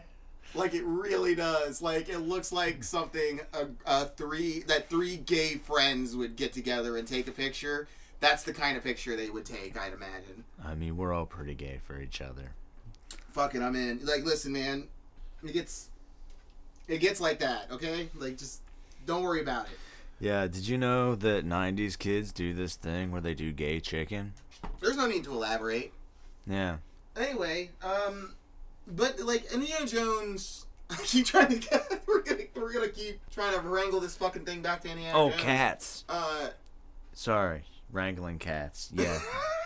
Speaker 2: Like it really does. Like it looks like something a, a three that three gay friends would get together and take a picture. That's the kind of picture they would take, I'd imagine.
Speaker 3: I mean, we're all pretty gay for each other.
Speaker 2: Fuck it, I'm in. Like, listen, man, it gets it gets like that. Okay, like just don't worry about it.
Speaker 3: Yeah, did you know that 90s kids do this thing where they do gay chicken?
Speaker 2: There's no need to elaborate.
Speaker 3: Yeah.
Speaker 2: Anyway, um, but like Indiana Jones, *laughs* I keep trying to get, *laughs* we're gonna we're gonna keep trying to wrangle this fucking thing back to Indiana.
Speaker 3: Oh,
Speaker 2: Jones.
Speaker 3: cats.
Speaker 2: Uh,
Speaker 3: Sorry, wrangling cats. Yeah.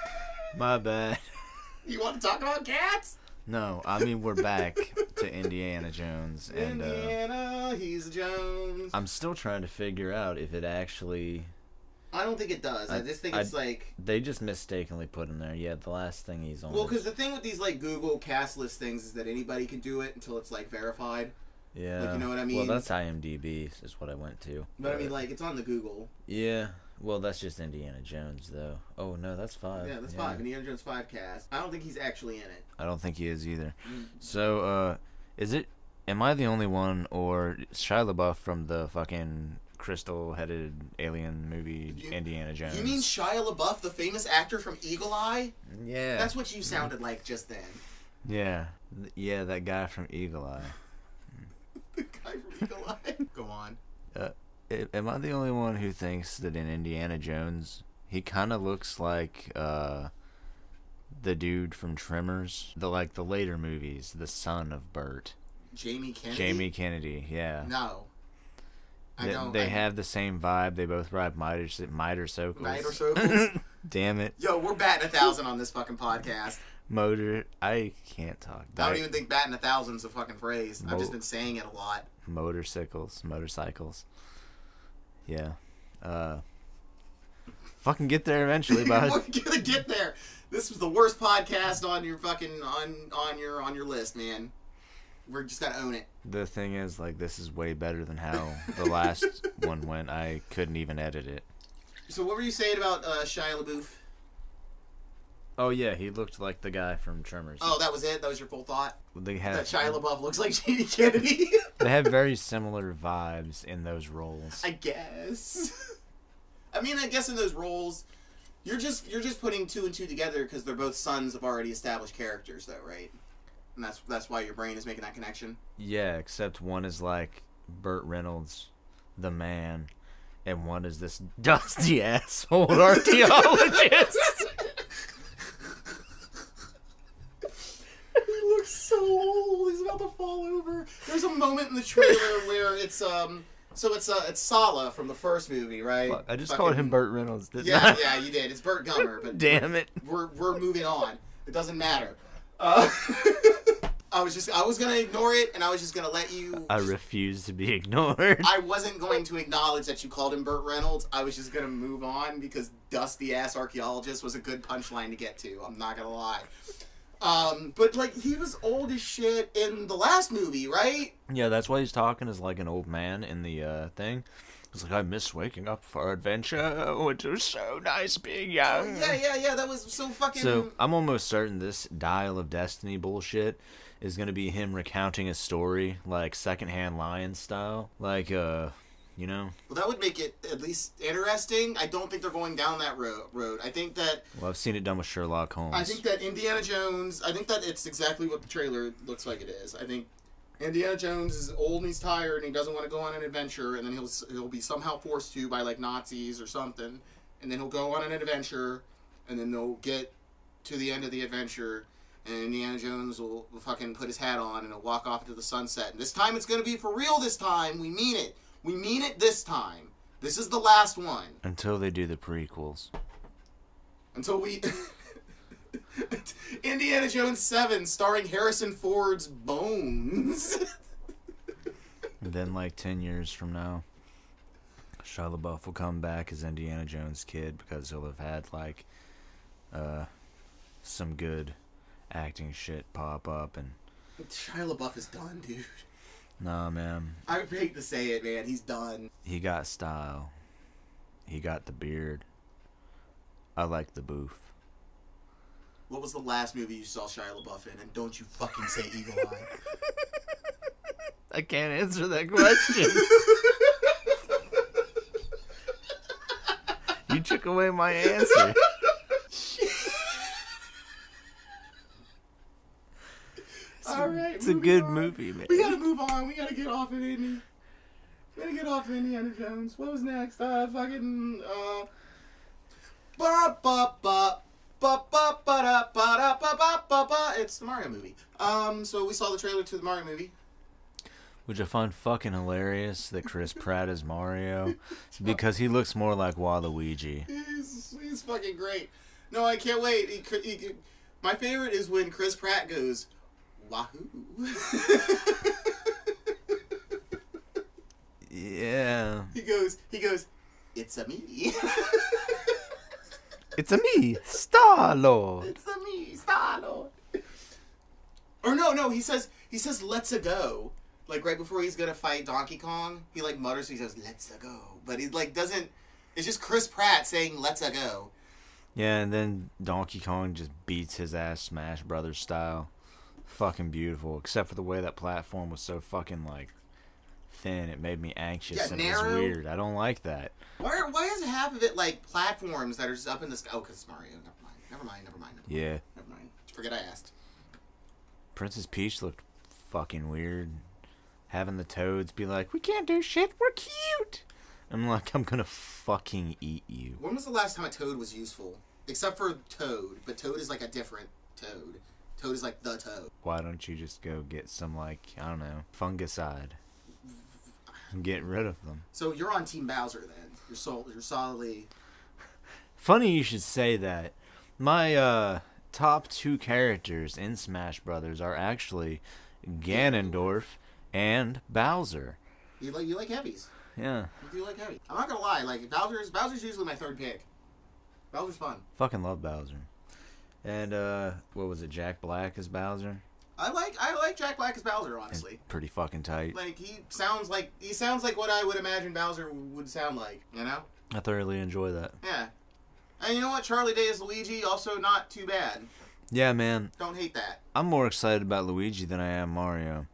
Speaker 3: *laughs* My bad.
Speaker 2: *laughs* you want to talk about cats?
Speaker 3: No, I mean, we're back to Indiana Jones, and uh,
Speaker 2: Indiana, he's Jones.
Speaker 3: I'm still trying to figure out if it actually.
Speaker 2: I don't think it does. I,
Speaker 3: I-
Speaker 2: just think
Speaker 3: I-
Speaker 2: it's like
Speaker 3: They just mistakenly put him there. Yeah, the last thing he's on.
Speaker 2: well,
Speaker 3: is-
Speaker 2: because the thing with these like Google cast list things is that anybody can do it until it's like verified.
Speaker 3: yeah.
Speaker 2: know what I
Speaker 3: Well,
Speaker 2: mean?
Speaker 3: that's IMDb, is what I went to.
Speaker 2: But I mean, like it's on the Google.
Speaker 3: Yeah. Well, that's just Indiana Jones, though. Oh, no, that's five.
Speaker 2: yeah, that's five. Indiana Jones five cast. I don't think he's actually in it.
Speaker 3: I don't think he is either.
Speaker 2: Mm.
Speaker 3: So, uh, is it? Am I the only one, or Shia LaBeouf from the fucking crystal-headed alien movie
Speaker 2: You-
Speaker 3: Indiana Jones?
Speaker 2: You mean Shia LaBeouf, the famous actor from Eagle Eye?
Speaker 3: yeah,
Speaker 2: That's what you sounded like just then. *laughs*
Speaker 3: yeah, Th- yeah. That guy from Eagle Eye.
Speaker 2: The guy from
Speaker 3: *laughs*
Speaker 2: Eagle Eye. Go on.
Speaker 3: I- Am I the only one who thinks that in Indiana Jones he kind of looks like uh, the dude from Tremors, the like the later movies, the son of Bert,
Speaker 2: Jamie Kennedy.
Speaker 3: Jamie Kennedy? Yeah.
Speaker 2: No. I
Speaker 3: They,
Speaker 2: don't.
Speaker 3: they
Speaker 2: I,
Speaker 3: have the same vibe. They both ride miter miter circles.
Speaker 2: Niter circles.
Speaker 3: *laughs* Damn it,
Speaker 2: Yo, we're batting a thousand on this fucking podcast.
Speaker 3: motor. I can't talk.
Speaker 2: I don't
Speaker 3: Di-
Speaker 2: even think batting a thousand's a fucking phrase. I've just
Speaker 3: Mo-
Speaker 2: been saying it a lot.
Speaker 3: motorcycles, motorcycles. Yeah, uh, fucking get there
Speaker 2: *laughs*
Speaker 3: eventually,
Speaker 2: We're
Speaker 3: bud.
Speaker 2: gonna get there. This was the worst podcast on your fucking on on your on your list, man. We're just gotta own it.
Speaker 3: the thing is, like, this is way better than how the
Speaker 2: *laughs*
Speaker 3: last one went. I couldn't even edit it.
Speaker 2: So what were you saying about uh, Shia LaBeouf?
Speaker 3: Oh yeah, he looked like the guy from Tremors.
Speaker 2: Oh, that was it. That was your full thought.
Speaker 3: they
Speaker 2: That
Speaker 3: have
Speaker 2: Shia LaBeouf looks like Jamie Kennedy.
Speaker 3: they have very similar vibes in those roles.
Speaker 2: I guess. *laughs* I mean, I guess in those roles, you're just you're just putting two and two together because they're both sons of already established characters, though, right? And that's that's why your brain is making that connection.
Speaker 3: Yeah, except one is like Burt Reynolds, the man, and one is this *laughs* dusty *laughs* asshole archaeologist.
Speaker 2: He looks so old. He's about to fall over. There's a moment in the trailer where it's um. So it's uh, it's Sala from the first movie, right?
Speaker 3: Fuck, I just
Speaker 2: Fucking-
Speaker 3: called him Burt Reynolds. Didn't
Speaker 2: *laughs* Yeah,
Speaker 3: I?
Speaker 2: yeah, you did. It's Burt Gummer,
Speaker 3: *laughs*
Speaker 2: but
Speaker 3: Damn it.
Speaker 2: we're we're moving on. It doesn't matter. Uh, *laughs* I was just I was gonna ignore it, and I was just gonna let you.
Speaker 3: I refuse to be *laughs* ignored.
Speaker 2: I wasn't going to acknowledge that you called him Burt Reynolds. I was just gonna move on because dusty ass archaeologist was a good punchline to get to. I'm not gonna lie. Um, but like he was old as shit in the last movie, right?
Speaker 3: Yeah, that's why he's talking as like an old man in the uh, thing. He's like, I miss waking up for adventure, which is so nice being young.
Speaker 2: Yeah, yeah, yeah. That was so fucking.
Speaker 3: Oh, So I'm almost certain this Dial of Destiny bullshit is gonna be him recounting a story like secondhand lion style, like uh, you know,
Speaker 2: well, that would make it at least interesting. I don't think they're going down that road. Road. I think that
Speaker 3: well I've seen it done with Sherlock Holmes.
Speaker 2: I think that Indiana Jones. I think that it's exactly what the trailer looks like it is. I think Indiana Jones is old and he's tired and he doesn't want to go on an adventure, and then he'll s- he'll be somehow forced to by like Nazis or something, and then he'll go on an adventure, and then they'll get to the end of the adventure. And Indiana Jones will will fucking put his hat on and he'll walk off into the sunset. And this time it's gonna be for real. This time we mean it. We mean it this time. This is the last one
Speaker 3: Until they do the prequels.
Speaker 2: until we *laughs* Indiana Jones 7 starring Harrison Ford's bones.
Speaker 3: Then like ten years from now, Shia LaBeouf will come back as Indiana Jones kid because he'll have had like uh some good acting shit pop up and
Speaker 2: *laughs* Shia LaBeouf is done, dude.
Speaker 3: nah man,
Speaker 2: I hate to say it, man. He's done.
Speaker 3: he got style. He got the beard. I like the booth.
Speaker 2: What was the last movie you saw Shia LaBeouf in? And don't you fucking say Eagle Eye.
Speaker 3: I can't answer that question. you took away my answer.
Speaker 2: All right,
Speaker 3: It's a
Speaker 2: moving
Speaker 3: good
Speaker 2: on.
Speaker 3: movie, man.
Speaker 2: We gotta move on. We gotta get off of Indy. We gotta get off of Indiana Jones. What was next? Uh, fucking uh. Ba ba ba. Ba ba ba da ba da ba ba ba ba. It's the Mario movie. Um, so we saw the trailer to the Mario movie.
Speaker 3: Which I find fucking hilarious that Chris Pratt is Mario because he looks more like Waluigi.
Speaker 2: He's he's fucking great. No, I can't wait. He, cou- he, he, my favorite is when Chris Pratt goes, "Wahoo!" *laughs*
Speaker 3: Yeah.
Speaker 2: he goes, he goes, "It's a me." *laughs*
Speaker 3: It's a me, Star Lord.
Speaker 2: It's a me, Star Lord. Or no, no, he says he says let's a go. Like right before he's gonna fight Donkey Kong, he like mutters, he says let's a go, but he like doesn't. It's just Chris Pratt saying let's a go.
Speaker 3: Yeah, and then Donkey Kong just beats his ass Smash Brothers style. Fucking beautiful, except for the way that platform was so fucking like thin. It made me anxious
Speaker 2: Yeah,
Speaker 3: and it
Speaker 2: narrow.
Speaker 3: was weird. I don't like that.
Speaker 2: Why? are- Why is half of it like platforms that are just up in the sky? Oh, cause it's Mario. Never mind. Never mind. Never mind. Never mind.
Speaker 3: Yeah,
Speaker 2: Never mind. Forget I asked.
Speaker 3: Princess Peach looked fucking weird. Having the toads be like, "We can't do shit. We're cute." I'm like, "I'm gonna fucking eat you."
Speaker 2: When was the last time a toad was useful? Except for Toad, but Toad is like a different Toad. Toad is like the Toad.
Speaker 3: Why don't you just go get some like I don't know fungicide? and Get rid of them.
Speaker 2: So you're on Team Bowser then. You're sol- You're solidly.
Speaker 3: Funny you should say that. My uh, top two characters in Smash Brothers are actually Ganondorf and Bowser.
Speaker 2: You like you like heavies.
Speaker 3: Yeah,
Speaker 2: You do like heavy. I'm not gonna lie. Like Bowser's Bowser's usually my third pick. Bowser's fun.
Speaker 3: fucking love Bowser. And uh, what was it? Jack Black as Bowser.
Speaker 2: I like I like Jack Black as Bowser honestly.
Speaker 3: Pretty fucking tight.
Speaker 2: Like he sounds like he sounds like what I would imagine Bowser would sound like. You know?
Speaker 3: I thoroughly enjoy that.
Speaker 2: Yeah. And you know what? Charlie Day is Luigi, also not too bad.
Speaker 3: Yeah, man.
Speaker 2: Don't hate that.
Speaker 3: I'm more excited about Luigi than I am Mario,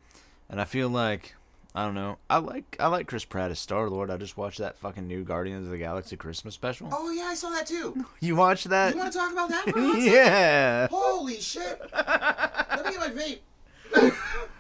Speaker 3: and I feel like I don't know. I like I like Chris Pratt as Star Lord. I just watched that fucking new Guardians of the Galaxy Christmas special.
Speaker 2: Oh yeah, I saw that too.
Speaker 3: You watched that? *laughs*
Speaker 2: You want to talk about that for a minute?
Speaker 3: yeah.
Speaker 2: Holy shit! Let me get my vape.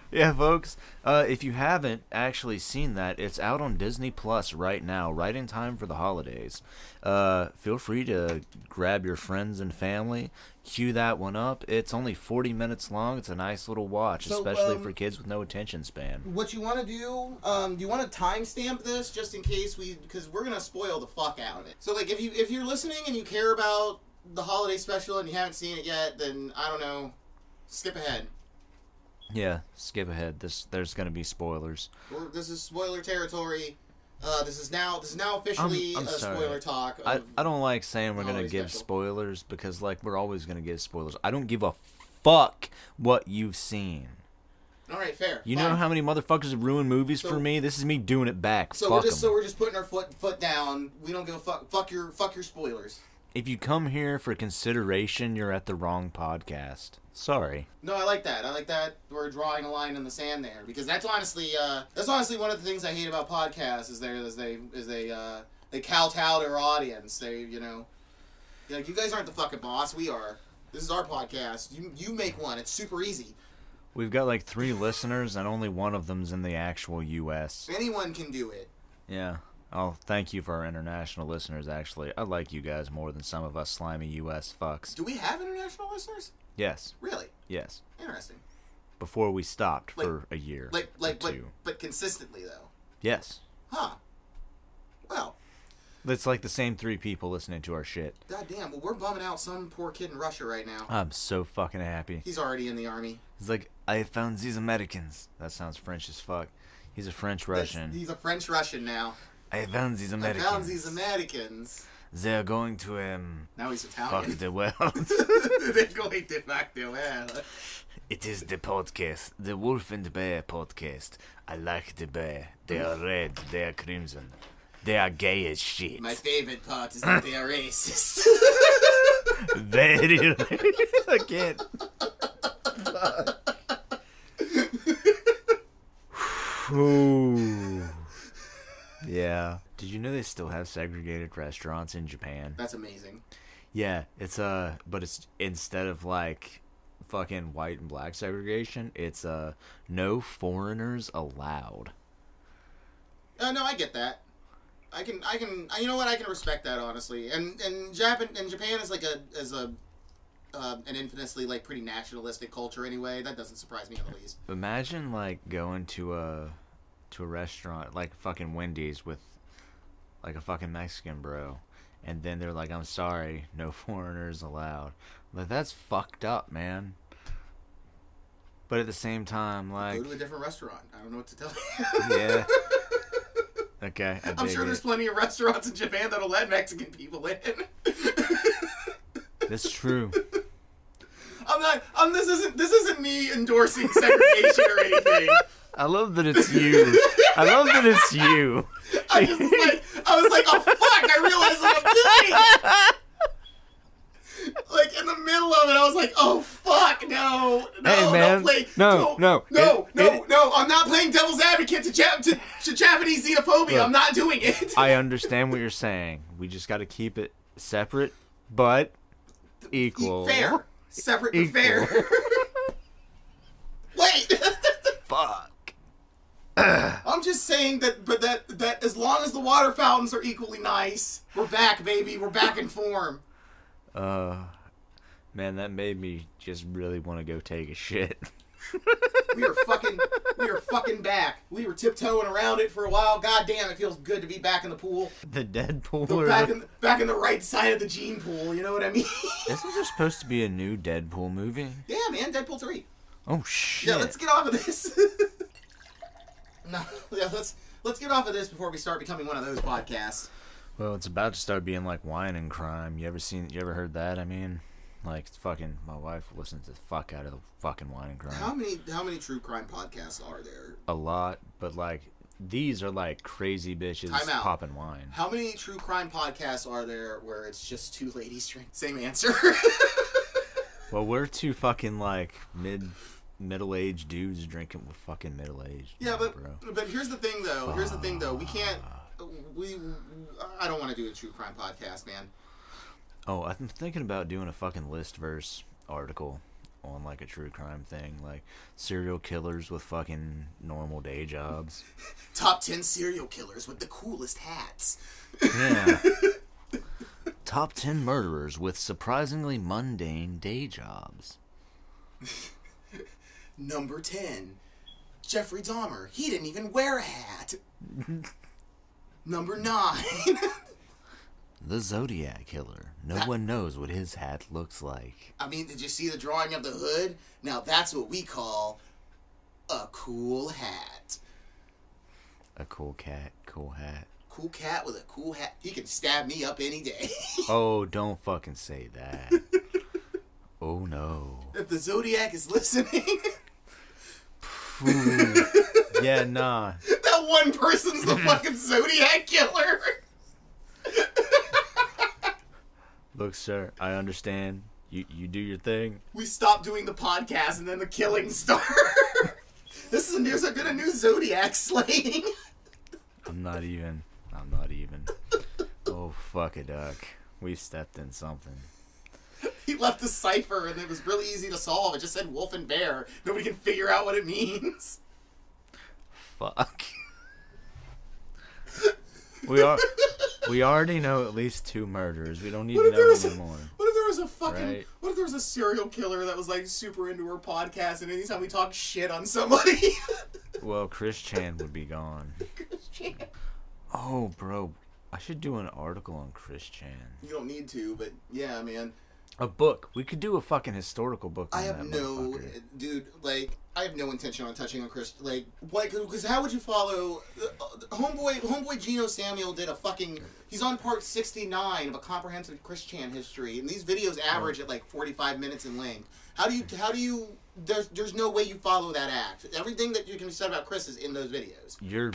Speaker 3: Yeah, folks. Uh, if you haven't actually seen that, it's out on Disney Plus right now, right in time for the holidays. Uh, feel free to grab your friends and family, cue that one up. It's only 40 minutes long. It's a nice little watch,
Speaker 2: So,
Speaker 3: especially
Speaker 2: um,
Speaker 3: for kids with no attention span.
Speaker 2: What you want to do? Um, do you want to timestamp this just in case we? Because we're gonna spoil the fuck out of it. So like, if you if you're listening and you care about the holiday special and you haven't seen it yet, then I don't know. Skip ahead.
Speaker 3: Yeah, skip ahead. This there's gonna be spoilers.
Speaker 2: We're, this is spoiler territory. Uh, this is now this is now officially
Speaker 3: I'm
Speaker 2: uh,
Speaker 3: sorry.
Speaker 2: spoiler talk.
Speaker 3: I,
Speaker 2: of-
Speaker 3: I don't like saying we're gonna
Speaker 2: Holiday
Speaker 3: give
Speaker 2: Um, special.
Speaker 3: spoilers because like we're always gonna give spoilers. I don't give a fuck what you've seen.
Speaker 2: all right, fair.
Speaker 3: You
Speaker 2: fine.
Speaker 3: know how many motherfuckers have ruined movies
Speaker 2: So-
Speaker 3: for me? This is me doing it back.
Speaker 2: So
Speaker 3: Fuck
Speaker 2: we're just
Speaker 3: 'em.
Speaker 2: so we're just putting our foot foot down. We don't give a fuck. Fuck your fuck your spoilers.
Speaker 3: If you come here for consideration, you're at the wrong podcast. Sorry.
Speaker 2: No, I like that. I like that we're drawing a line in the sand there because that's honestly uh, that's honestly one of the things I hate about podcasts is they is they is they uh, they kowtow their audience. They you know they're like you guys aren't the fucking boss. We are. This is our podcast. You you make one. It's super easy.
Speaker 3: We've got like three *laughs* listeners, and only one of them's in the actual U.S.
Speaker 2: Anyone can do it.
Speaker 3: Yeah. Oh, thank you for our international listeners, actually. I like you guys more than some of us slimy U.S. fucks.
Speaker 2: Do we have international listeners?
Speaker 3: Yes,
Speaker 2: Really
Speaker 3: yes.
Speaker 2: interesting.
Speaker 3: Before we stopped
Speaker 2: Like-
Speaker 3: for a year.
Speaker 2: Like like
Speaker 3: or
Speaker 2: but
Speaker 3: two.
Speaker 2: but consistently though.
Speaker 3: Yes.
Speaker 2: Huh. Well,
Speaker 3: It's like the same three people listening to our shit.
Speaker 2: goddamn. Well, we're bumming out some poor kid in Russia right now.
Speaker 3: I'm so fucking happy.
Speaker 2: He's already in the army.
Speaker 3: He's like, I found these Americans. That sounds French as fuck. He's a French
Speaker 2: That's-
Speaker 3: Russian.
Speaker 2: He's a French Russian now.
Speaker 3: I found these
Speaker 2: I
Speaker 3: Americans.
Speaker 2: found these Americans.
Speaker 3: They are going to um
Speaker 2: Now he's
Speaker 3: fuck
Speaker 2: Italian.
Speaker 3: the world. *laughs*
Speaker 2: *laughs* They're going to fuck the world.
Speaker 3: it is the podcast, the Wolf and Bear podcast. I like the bear. They are red. They are crimson. They are gay as shit.
Speaker 2: My favorite part is that they are racist. *laughs*
Speaker 3: Very. I can't. Ooh. Yeah. Did you know they still have segregated restaurants in Japan?
Speaker 2: That's amazing.
Speaker 3: Yeah, it's uh but it's instead of like fucking white and black segregation, it's uh no foreigners allowed.
Speaker 2: Uh, no, I get that. I can, I can, I- you know what? I can respect that honestly. And and Japan and Japan is like a is a uh, an infamously like pretty nationalistic culture anyway. That doesn't surprise me in the least.
Speaker 3: Imagine like going to a to a restaurant like fucking Wendy's with like a fucking Mexican bro and then they're like I'm sorry, no *laughs* foreigners allowed. Like that's fucked up, man. But at the same time like
Speaker 2: Go to a different restaurant. I don't know what to tell
Speaker 3: *laughs*
Speaker 2: you.
Speaker 3: yeah.
Speaker 2: *laughs*
Speaker 3: Okay, I
Speaker 2: I'm
Speaker 3: dig
Speaker 2: sure
Speaker 3: it.
Speaker 2: there's plenty of restaurants in Japan that'll let Mexican people in. *laughs*
Speaker 3: That's true.
Speaker 2: I'm not. Um, this isn't. This isn't me endorsing segregation or anything.
Speaker 3: I love that it's you. I love that it's you.
Speaker 2: I just was like. I was like, oh fuck! I realized what I'm doing. Like in the middle of it, I was like, "Oh fuck, no, no,
Speaker 3: Hey, man.
Speaker 2: don't play,
Speaker 3: No,
Speaker 2: don't-
Speaker 3: no,
Speaker 2: no,
Speaker 3: it-
Speaker 2: no,
Speaker 3: it-
Speaker 2: no! I'm not playing devil's advocate to, Jap- to, to Japanese xenophobia.
Speaker 3: Look.
Speaker 2: I'm not doing it.
Speaker 3: I understand what you're saying. We just got to keep it separate, but equal.
Speaker 2: fair, separate, but
Speaker 3: Equal.
Speaker 2: fair. *laughs* Wait. *laughs*
Speaker 3: Fuck.
Speaker 2: I'm just saying that, but that that as long as the water fountains are equally nice, we're back, baby. We're back in form.
Speaker 3: Uh, man, that made me just really want to go take a shit. *laughs*
Speaker 2: We are fucking, we are fucking back. We were tiptoeing around it for a while. God damn, it feels good to be back in the pool,
Speaker 3: The Deadpool. or
Speaker 2: back
Speaker 3: the-
Speaker 2: in, back in the right side of the gene pool. You know what I mean? *laughs*
Speaker 3: Isn't there supposed to be a new Deadpool movie?
Speaker 2: yeah, man. Deadpool three.
Speaker 3: Oh shit.
Speaker 2: Yeah, let's get off of this. *laughs* no, yeah, let's let's get off of this before we start becoming one of those podcasts.
Speaker 3: Well, it's about to start being like wine and crime. You ever seen? You ever heard that? I mean, like it's fucking. My wife listens to the fuck out of the fucking wine and crime.
Speaker 2: How many how many true crime podcasts are there?
Speaker 3: a lot, but like these are like crazy bitches
Speaker 2: Time out.
Speaker 3: popping wine.
Speaker 2: How many true crime podcasts are there where it's just two ladies drink? Same answer. *laughs*
Speaker 3: Well, we're two fucking like mid middle aged dudes drinking with fucking middle aged.
Speaker 2: yeah, but
Speaker 3: bro,
Speaker 2: but here's the thing though. Here's the thing though. We can't. We I don't want to do a true crime podcast, man.
Speaker 3: oh, I'm thinking about doing a fucking list verse article on like a true crime thing, like serial killers with fucking normal day jobs.
Speaker 2: Top ten serial killers with the coolest hats.
Speaker 3: Yeah. *laughs* Top 10 murderers with surprisingly mundane day jobs.
Speaker 2: Number ten, Jeffrey Dahmer. He didn't even wear a hat. Number nine. *laughs*
Speaker 3: The Zodiac Killer. No
Speaker 2: That-
Speaker 3: one knows what his hat looks like.
Speaker 2: I mean, did you see the drawing of the hood? Now that's what we call a cool hat.
Speaker 3: A cool cat, cool hat.
Speaker 2: Cool cat with a cool hat. He can stab me up any day. *laughs*
Speaker 3: Oh, don't fucking say that. Oh no.
Speaker 2: if the Zodiac is listening, *laughs*
Speaker 3: Ooh. Yeah, nah.
Speaker 2: that one person's the fucking Zodiac killer.
Speaker 3: Look, sir, I understand. You you do your thing.
Speaker 2: We stopped doing the podcast and then the killing started. *laughs* this is a new, so good a new Zodiac slaying. *laughs*
Speaker 3: I'm not even. I'm not even. Oh fuck a duck. We stepped in something.
Speaker 2: he left a cipher and it was really easy to solve. It just said wolf and bear. Nobody can figure out what it means. *laughs*
Speaker 3: Fuck. we are. We already know at least two murders. We don't need
Speaker 2: What
Speaker 3: to
Speaker 2: if there
Speaker 3: know
Speaker 2: was
Speaker 3: any
Speaker 2: a-
Speaker 3: more.
Speaker 2: What if there was a fucking
Speaker 3: Right.
Speaker 2: What if there was a serial killer that was like super into her podcast and anytime we talk shit on somebody *laughs*
Speaker 3: Well, Chris Chan would be gone.
Speaker 2: You
Speaker 3: Oh, bro, I should do an article on Chris Chan.
Speaker 2: don't need to, but yeah, man.
Speaker 3: A book. We could do a fucking historical book. On
Speaker 2: I have
Speaker 3: that
Speaker 2: no
Speaker 3: motherfucker.
Speaker 2: dude, like I have no intention on touching on Chris like what cuz how would you follow uh, homeboy homeboy Gino Samuel did a fucking he's on part 69 of a comprehensive Chris Chan history and these videos average at like 45 minutes in length. How do you how do you there's there's no way you follow that act. Everything that you can be said about Chris is in those videos.
Speaker 3: You're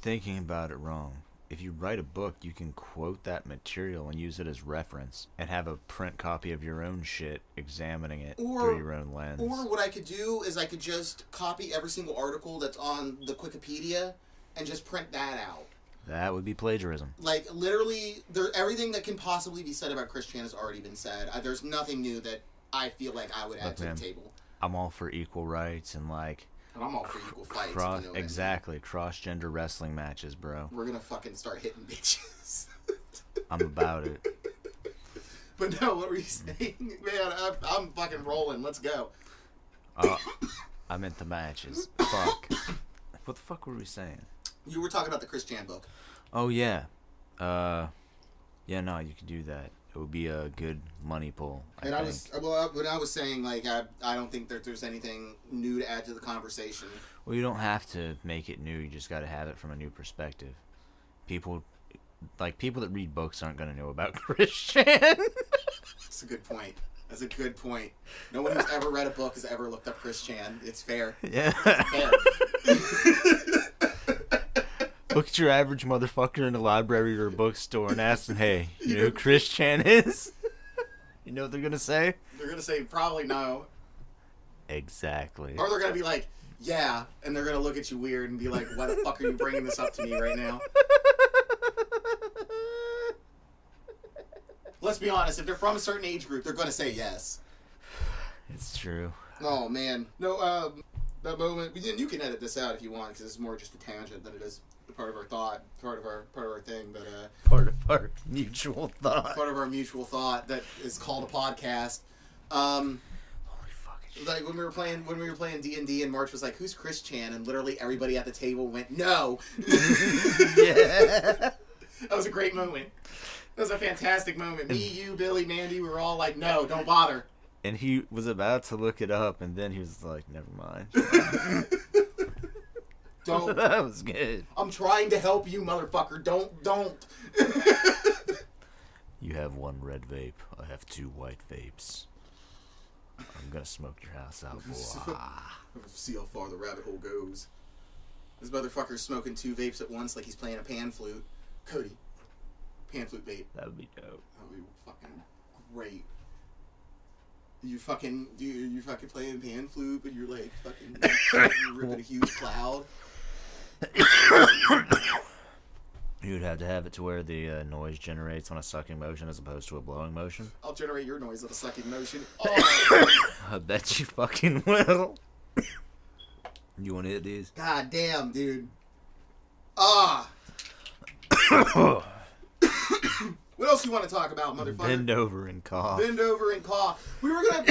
Speaker 3: thinking about it wrong. If you write a book, you can quote that material and use it as reference, and have a print copy of your own shit examining it
Speaker 2: Or-
Speaker 3: through your own lens.
Speaker 2: Or what I could do is I could just copy every single article that's on the Wikipedia and just print that out.
Speaker 3: that would be plagiarism.
Speaker 2: Like literally, there everything that can possibly be said about Chris Chan has already been said. Uh, there's nothing new that I feel like I would add
Speaker 3: Look,
Speaker 2: to
Speaker 3: man.
Speaker 2: the table.
Speaker 3: I'm all for equal rights and like
Speaker 2: And I'm all for equal fights. if you
Speaker 3: cross
Speaker 2: know what I mean.
Speaker 3: exactly cross gender wrestling matches, bro.
Speaker 2: We're gonna fucking start hitting bitches. *laughs*
Speaker 3: I'm about it. *coughs*
Speaker 2: but no, what were you
Speaker 3: Mm-hmm.
Speaker 2: saying, *laughs* man? I'm, I'm fucking rolling. Let's go.
Speaker 3: Uh, I meant the matches. Fuck. What the fuck were we saying?
Speaker 2: You were talking about the Chris Chan book.
Speaker 3: Oh yeah. Uh, yeah. No, you could do that. It would be a good money pull. I
Speaker 2: And I,
Speaker 3: think.
Speaker 2: was uh, well, I, when I was saying like I, I don't think that there's anything new to add to the conversation.
Speaker 3: Well, you don't have to make it new. You just got to have it from a new perspective. People, like people that read books, aren't gonna know about *laughs* Christian.
Speaker 2: That's a good point. That's a good point. No one who's ever read a book has ever looked up Chris Chan. It's fair.
Speaker 3: yeah. *laughs*
Speaker 2: *laughs* Fair.
Speaker 3: Look at your average motherfucker in a library or a bookstore and ask them, *laughs* "Hey, you know who Chris Chan is?" *laughs* You know what they're gonna say?
Speaker 2: they're gonna say probably no,
Speaker 3: Exactly.
Speaker 2: or they're gonna be like, yeah, and they're gonna look at you weird and be like, why the fuck are you bringing this up to me right now? Let's be honest. If they're from a certain age group, they're gonna say yes.
Speaker 3: *laughs* It's true.
Speaker 2: Oh man, no. Um, that moment. And you can edit this out if you want, because it's more just a tangent than it is part of our thought, part of our part of our thing, but uh,
Speaker 3: Part of our mutual thought.
Speaker 2: part of our mutual thought that is called a podcast. Um,
Speaker 3: Holy fucking shit.
Speaker 2: like when we were playing when we were playing D and D, and March was like, "Who's Chris Chan?" and literally everybody at the table went, "No."
Speaker 3: *laughs* Yeah.
Speaker 2: That was a great moment. That was a fantastic moment. Me, you, Billy, Mandy, we were all like, no, don't bother.
Speaker 3: And he was about to look it up, and then he was like, "Never mind." *laughs*
Speaker 2: Don't.
Speaker 3: that was good.
Speaker 2: I'm trying to help you, motherfucker. Don't, don't. *laughs*
Speaker 3: You have one red vape. I have two white vapes.
Speaker 2: *laughs*
Speaker 3: I'm gonna smoke your house out. Blah.
Speaker 2: See how far the rabbit hole goes. This motherfucker's smoking two vapes at once like he's playing a pan flute. Cody, pan flute vape.
Speaker 3: That would be dope.
Speaker 2: That would be fucking great. You fucking you you fucking playing pan flute, but you're like fucking you're ripping a huge cloud.
Speaker 3: You'd have to have it to where the uh, noise generates on a sucking motion as opposed to a blowing motion.
Speaker 2: I'll generate your noise on a sucking motion. Oh,
Speaker 3: *laughs* I bet you fucking will. you want to hit
Speaker 2: *laughs*
Speaker 3: these?
Speaker 2: God damn, dude. Ah, *coughs* what else you want to talk about, motherfucker?
Speaker 3: Bend over and cough.
Speaker 2: Bend over and claw. We were gonna.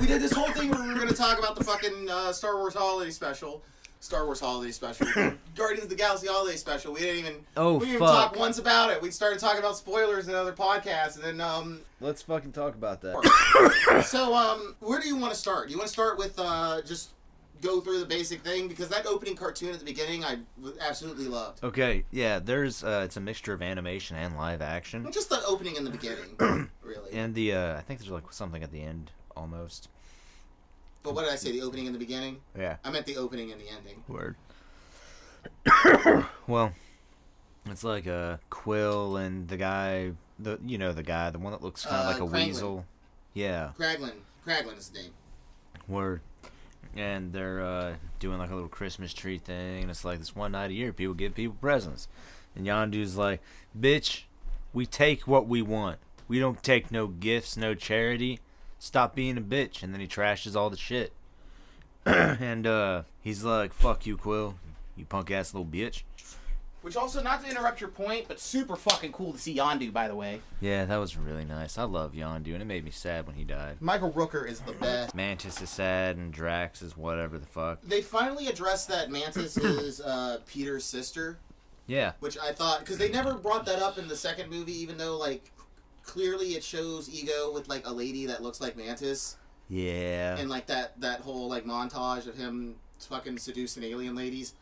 Speaker 2: we did this whole thing where we were gonna talk about the fucking uh, Star Wars holiday special, Star Wars holiday special, Guardians of the Galaxy holiday special. We didn't even.
Speaker 3: Oh,
Speaker 2: we didn't even
Speaker 3: fuck.
Speaker 2: talk once about it. We started talking about spoilers in other podcasts, and then um. *coughs*
Speaker 3: Let's fucking talk about that.
Speaker 2: *laughs* So um, where do you want to start? Do you want to start with uh just go through the basic thing because that opening cartoon at the beginning I w- absolutely loved.
Speaker 3: Okay, yeah, there's uh, it's a mixture of animation and live action,
Speaker 2: Just the opening in the
Speaker 3: *coughs*
Speaker 2: beginning, really.
Speaker 3: and the uh, I think there's like something at the end almost.
Speaker 2: But what did I say? The opening in the beginning.
Speaker 3: Yeah.
Speaker 2: I meant the opening and the ending.
Speaker 3: Word. *coughs* well, it's like uh, Quill and the guy, the you know the guy, the one that looks kind of
Speaker 2: Uh,
Speaker 3: like a
Speaker 2: Krangling.
Speaker 3: weasel. Yeah.
Speaker 2: Craglin. Craglin is the name.
Speaker 3: Word. And they're uh, doing like a little Christmas tree thing, and it's like this one night a year people give people presents. And Yondu's like, "Bitch, we take what we want. We don't take no gifts, no charity. Stop being a bitch." And then he trashes all the shit. *clears throat* and uh, he's like, "Fuck you, Quill, you punk ass little bitch."
Speaker 4: Which also, not to interrupt your point, but super fucking cool to see Yondu, by the way.
Speaker 3: Yeah, that was really nice. I love Yondu, and it made me sad when he died.
Speaker 2: Michael Rooker is the best.
Speaker 3: Mantis is sad, and Drax is whatever the fuck.
Speaker 2: They finally addressed that Mantis is uh, Peter's sister,
Speaker 3: Yeah,
Speaker 2: which I thought because they never brought that up in the second movie, even though like clearly it shows Ego with like a lady that looks like Mantis,
Speaker 3: yeah.
Speaker 2: and like that that whole like montage of him fucking seducing alien ladies.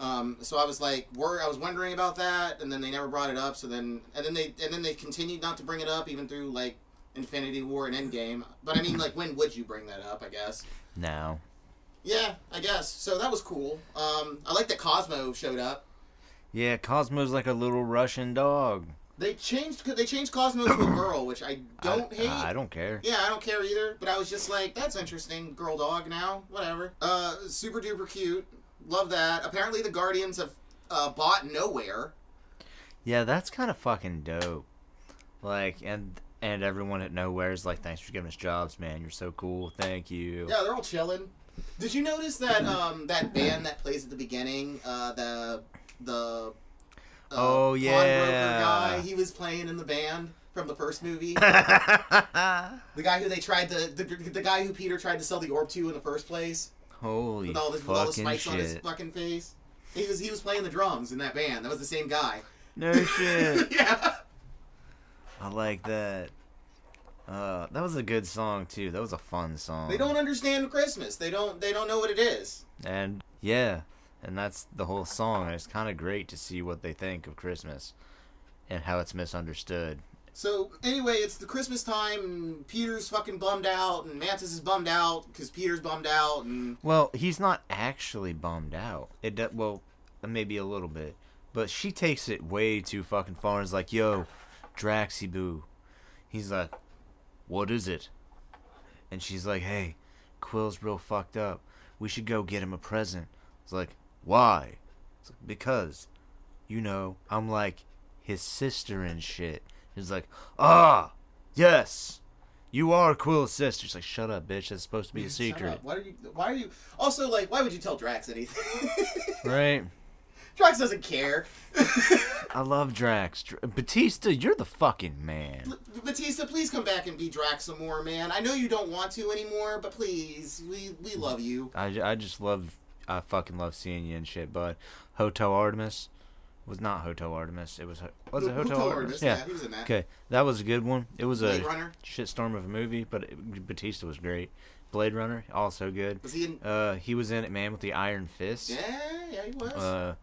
Speaker 2: Um, so I was like, were I was wondering about that, and then they never brought it up. So then, and then they and then they continued not to bring it up even through like Infinity War and Endgame. But I mean, like, when would you bring that up? I guess.
Speaker 3: Now,
Speaker 2: Yeah, I guess. So that was cool. Um, I like that Cosmo showed up.
Speaker 3: Yeah, Cosmo's like a little Russian dog.
Speaker 2: They changed they changed Cosmo to a girl, which I don't
Speaker 3: I,
Speaker 2: hate.
Speaker 3: I don't care.
Speaker 2: yeah, I don't care either. But I was just like, that's interesting. Girl dog now, whatever. Uh, super duper cute. Love that. Apparently, the Guardians have uh, bought nowhere.
Speaker 3: Yeah, that's kind of fucking dope. Like, and and everyone at Nowhere's like, thanks for giving us jobs, man. You're so cool. Thank you.
Speaker 2: Yeah, they're all chilling. Did you notice that um that band that plays at the beginning uh the the uh,
Speaker 3: Oh,
Speaker 2: pawnbroker
Speaker 3: yeah.
Speaker 2: guy he was playing in the band from the first movie. The guy who they tried to, the, the guy who Peter tried to sell the orb to in the first place,
Speaker 3: *laughs* Holy
Speaker 2: with all this, with all the
Speaker 3: fucking
Speaker 2: spikes on his
Speaker 3: shit.
Speaker 2: fucking face. He was he was playing the drums in that band. That was the same guy.
Speaker 3: No shit.
Speaker 2: *laughs* yeah.
Speaker 3: I like that. Uh, that was a good song too. That was a fun song.
Speaker 2: They don't understand Christmas. They don't they don't know what it is.
Speaker 3: And yeah, and that's the whole song. And it's kind of great to see what they think of Christmas and how it's misunderstood.
Speaker 2: So anyway, it's the Christmas time, and Peter's fucking bummed out, and Mantis is bummed out because Peter's bummed out, and
Speaker 3: Well, he's not actually bummed out. It do, well, maybe a little bit, but she takes it way too fucking far. And is like, "Yo, Draxy Boo," he's like, "What is it?" And she's like, "Hey, Quill's real fucked up. We should go get him a present." It's like, "Why?" It's like, "Because, you know, I'm like his sister and shit." He's like, "Ah, yes." You are Quill's sister. She's like, shut up, bitch. That's supposed to be a
Speaker 2: *laughs* Shut
Speaker 3: secret.
Speaker 2: up. Why are you? Why are you? Also, like, why would you tell Drax anything? *laughs*
Speaker 3: Right.
Speaker 2: Drax doesn't care. *laughs*
Speaker 3: I love Drax. Dr- Batista, you're the fucking man.
Speaker 2: Batista, please come back and be Drax some more, man. I know you don't want to anymore, but please, we we love you.
Speaker 3: I, ju- I just love, I fucking love seeing you and shit, bud. Hotel Artemis was not Hotel Artemis. It was, Ho- was it
Speaker 2: Who-
Speaker 3: Hotel,
Speaker 2: who told her
Speaker 3: Artemis?
Speaker 2: this?
Speaker 3: Yeah.
Speaker 2: he was in that.
Speaker 3: Okay, that was a good one. It was
Speaker 2: Blade
Speaker 3: a
Speaker 2: Runner?
Speaker 3: shitstorm of a movie, but it, Batista was great. Blade Runner, also good.
Speaker 2: Was he in?
Speaker 3: Uh, he was in it, man, with the Iron Fist.
Speaker 2: Yeah, yeah, he was.
Speaker 3: Uh,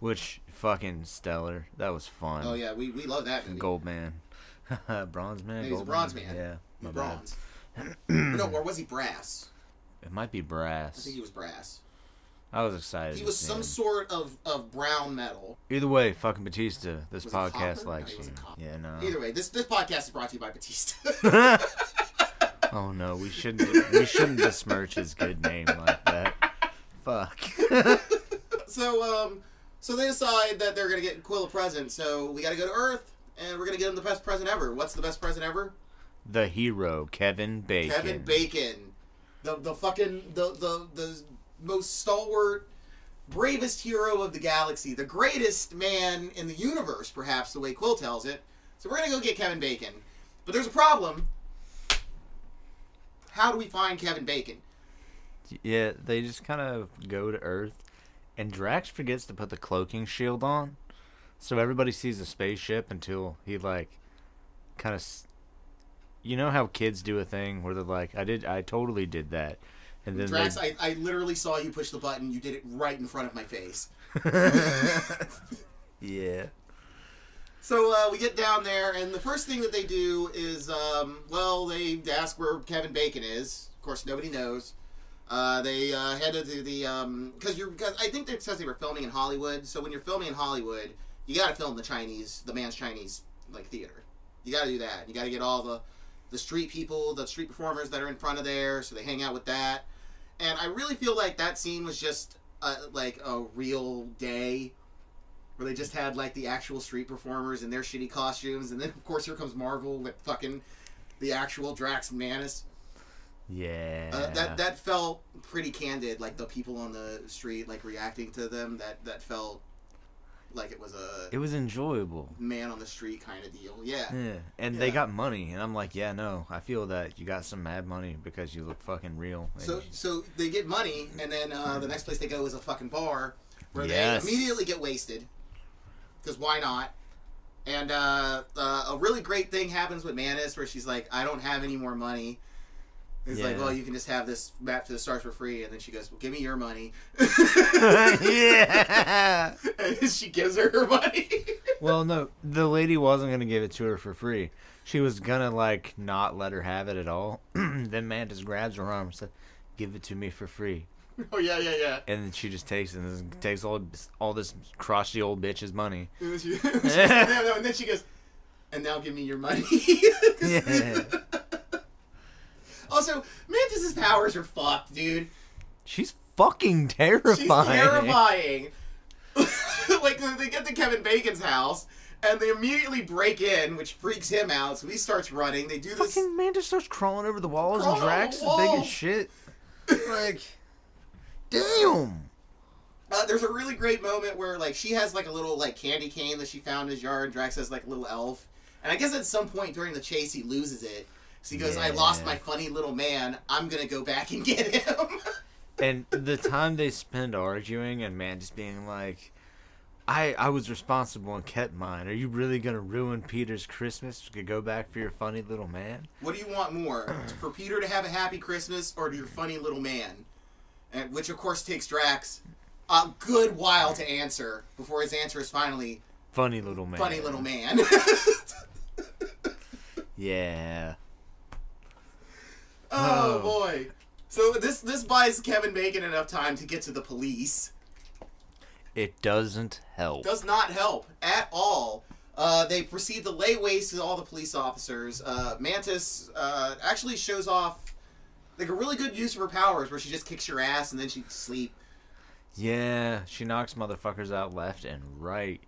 Speaker 3: which fucking stellar. That was fun.
Speaker 2: oh yeah, we, we love that movie.
Speaker 3: Gold man. *laughs* bronze man.
Speaker 2: He's a
Speaker 3: gold
Speaker 2: bronze man.
Speaker 3: Yeah.
Speaker 2: He
Speaker 3: my
Speaker 2: was
Speaker 3: bad. *clears throat*
Speaker 2: bronze. no, or was he brass?
Speaker 3: It might be brass.
Speaker 2: I think he was brass.
Speaker 3: I was excited.
Speaker 2: He
Speaker 3: to
Speaker 2: was
Speaker 3: see
Speaker 2: some
Speaker 3: him.
Speaker 2: sort of, of brown metal.
Speaker 3: Either way, fucking Batista. This
Speaker 2: Was it
Speaker 3: podcast
Speaker 2: copper?
Speaker 3: likes
Speaker 2: No, he
Speaker 3: you.
Speaker 2: wasn't copper.
Speaker 3: Yeah, no.
Speaker 2: Either way, this this podcast is brought to you by Batista.
Speaker 3: *laughs*
Speaker 2: *laughs*
Speaker 3: oh no, we shouldn't. We shouldn't besmirch his good name like that. Fuck. *laughs*
Speaker 2: so um, so they decide that they're gonna get Quill a present. So we gotta go to Earth, and we're gonna get him the best present ever. What's the best present ever?
Speaker 3: the hero, Kevin Bacon.
Speaker 2: Kevin Bacon, the the fucking the the the most stalwart, bravest hero of the galaxy, the greatest man in the universe, perhaps the way Quill tells it. So we're gonna go get Kevin Bacon, but there's a problem. How do we find Kevin Bacon?
Speaker 3: Yeah, they just kind of go to Earth, and Drax forgets to put the cloaking shield on, so everybody sees a spaceship until he like, kind of. S- you know how kids do a thing where they're like, "I did, I totally did that," and then
Speaker 2: Drax,
Speaker 3: they-
Speaker 2: I, *laughs* I literally saw you push the button. You did it right in front of my face.
Speaker 3: *laughs* yeah.
Speaker 2: So uh, we get down there, and the first thing that they do is, um, well, they ask where Kevin Bacon is. Of course, nobody knows. Uh, they uh, head to the because you're cause I think it says they were filming in Hollywood. So when you're filming in Hollywood, you got to film the Chinese, the man's Chinese like theater. You got to do that. You got to get all the the street people, the street performers that are in front of there, so they hang out with that. And I really feel like that scene was just uh, like a real day where they just had like the actual street performers in their shitty costumes, and then of course here comes Marvel with fucking the actual Drax and Manus.
Speaker 3: Yeah.
Speaker 2: Uh, that that felt pretty candid, like the people on the street like reacting to them. That that felt like it was a
Speaker 3: it was enjoyable.
Speaker 2: man on the street kind of deal. Yeah.
Speaker 3: Yeah. And they
Speaker 2: Yeah.
Speaker 3: got money, and I'm like, yeah, no, I feel that you got some mad money because you look fucking real. and
Speaker 2: So so they get money, and then uh, the next place they go is a fucking bar where
Speaker 3: Yes.
Speaker 2: they immediately get wasted. Because why not? And uh, uh, a really great thing happens with Manis where she's like, "I don't have any more money." It's like,
Speaker 3: Yeah.
Speaker 2: well, you can just have this map to the stars for free, and then she goes, "Well, give me your money."
Speaker 3: *laughs* yeah.
Speaker 2: *laughs* and she gives her her money. *laughs*
Speaker 3: Well, no, the lady wasn't gonna give it to her for free. She was gonna like not let her have it at all. *clears throat* then Mantis grabs her arm and said, "Give it to me for free."
Speaker 2: oh yeah, yeah, yeah.
Speaker 3: And then she just takes it and takes all all this crotchety old bitch's money.
Speaker 2: *laughs* And then, she,
Speaker 3: *laughs*
Speaker 2: no, no, and then she goes, and now give me your money. *laughs*
Speaker 3: Yeah.
Speaker 2: Also, Mantis's powers are fucked, dude.
Speaker 3: She's fucking terrifying.
Speaker 2: She's terrifying. *laughs* like they get to Kevin Bacon's house and they immediately break in, which freaks him out. So he starts running. They do this.
Speaker 3: Fucking Mantis starts crawling over the walls and
Speaker 2: Crawling over
Speaker 3: Drax
Speaker 2: the
Speaker 3: is big as
Speaker 2: walls.
Speaker 3: shit.
Speaker 2: *laughs*
Speaker 3: Like, damn.
Speaker 2: Uh, there's a really great moment where like she has like a little like candy cane that she found in his yard. And Drax has like a little elf, and I guess at some point during the chase he loses it. So he goes, "I lost
Speaker 3: Yeah.
Speaker 2: my funny little man. I'm gonna go back and get him." *laughs*
Speaker 3: and the time they spend arguing and man just being like I, I was responsible and kept mine. Are you really gonna ruin Peter's Christmas to go back for your funny little man?
Speaker 2: What do you
Speaker 3: *sighs*
Speaker 2: want more? For Peter to have a happy Christmas or to your funny little man? And, which, of course, takes Drax a good while to answer before his answer is finally
Speaker 3: Funny little man.
Speaker 2: funny little man. *laughs*
Speaker 3: Yeah. Oh.
Speaker 2: oh, boy. So this this buys Kevin Bacon enough time to get to the police.
Speaker 3: It doesn't help.
Speaker 2: Does not help at all. Uh, they proceed to lay waste to all the police officers. Uh, Mantis uh, actually shows off like a really good use of her powers, where she just kicks your ass and then she sleep.
Speaker 3: yeah, she knocks motherfuckers out left and right.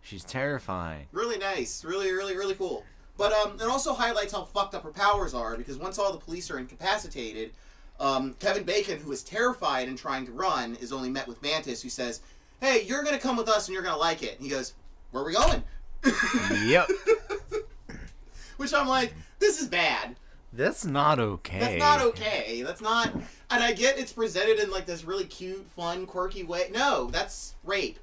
Speaker 3: She's terrifying.
Speaker 2: Really nice. Really, really, really cool. But um, it also highlights how fucked up her powers are because once all the police are incapacitated, um, Kevin Bacon, who is terrified and trying to run, is only met with Mantis, who says, "Hey, you're gonna come with us and you're gonna like it." And he goes, "Where are we going?" *laughs*
Speaker 3: yep.
Speaker 2: Which I'm like, "This is bad.
Speaker 3: That's not okay.
Speaker 2: That's not okay. That's not." And I get it's presented in like this really cute, fun, quirky way. No, that's rape.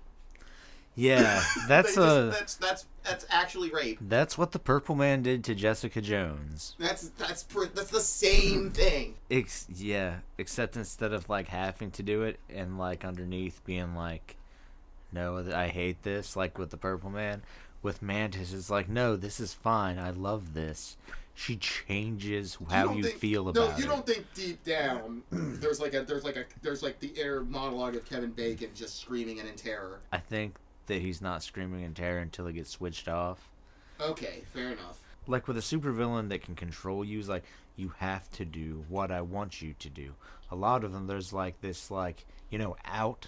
Speaker 3: Yeah, that's
Speaker 2: *laughs* They
Speaker 3: a
Speaker 2: just- that's that's that's actually rape.
Speaker 3: that's what the purple man did to Jessica Jones.
Speaker 2: That's that's pr- that's the same thing.
Speaker 3: Ex- yeah, except instead of like having to do it and like underneath being like, no, th- I hate this, like with the Purple Man, with Mantis is like, no, this is fine. I love this. She changes how
Speaker 2: don't
Speaker 3: you,
Speaker 2: think-
Speaker 3: feel
Speaker 2: no,
Speaker 3: about
Speaker 2: you
Speaker 3: it.
Speaker 2: don't think deep down there's like a there's like a there's like the inner monologue of Kevin Bacon just screaming and in terror.
Speaker 3: I think that he's not screaming in terror until he gets switched off.
Speaker 2: Okay, fair enough.
Speaker 3: Like with a supervillain that can control you, is like you have to do what I want you to do. A lot of them, there's like this, like you know, out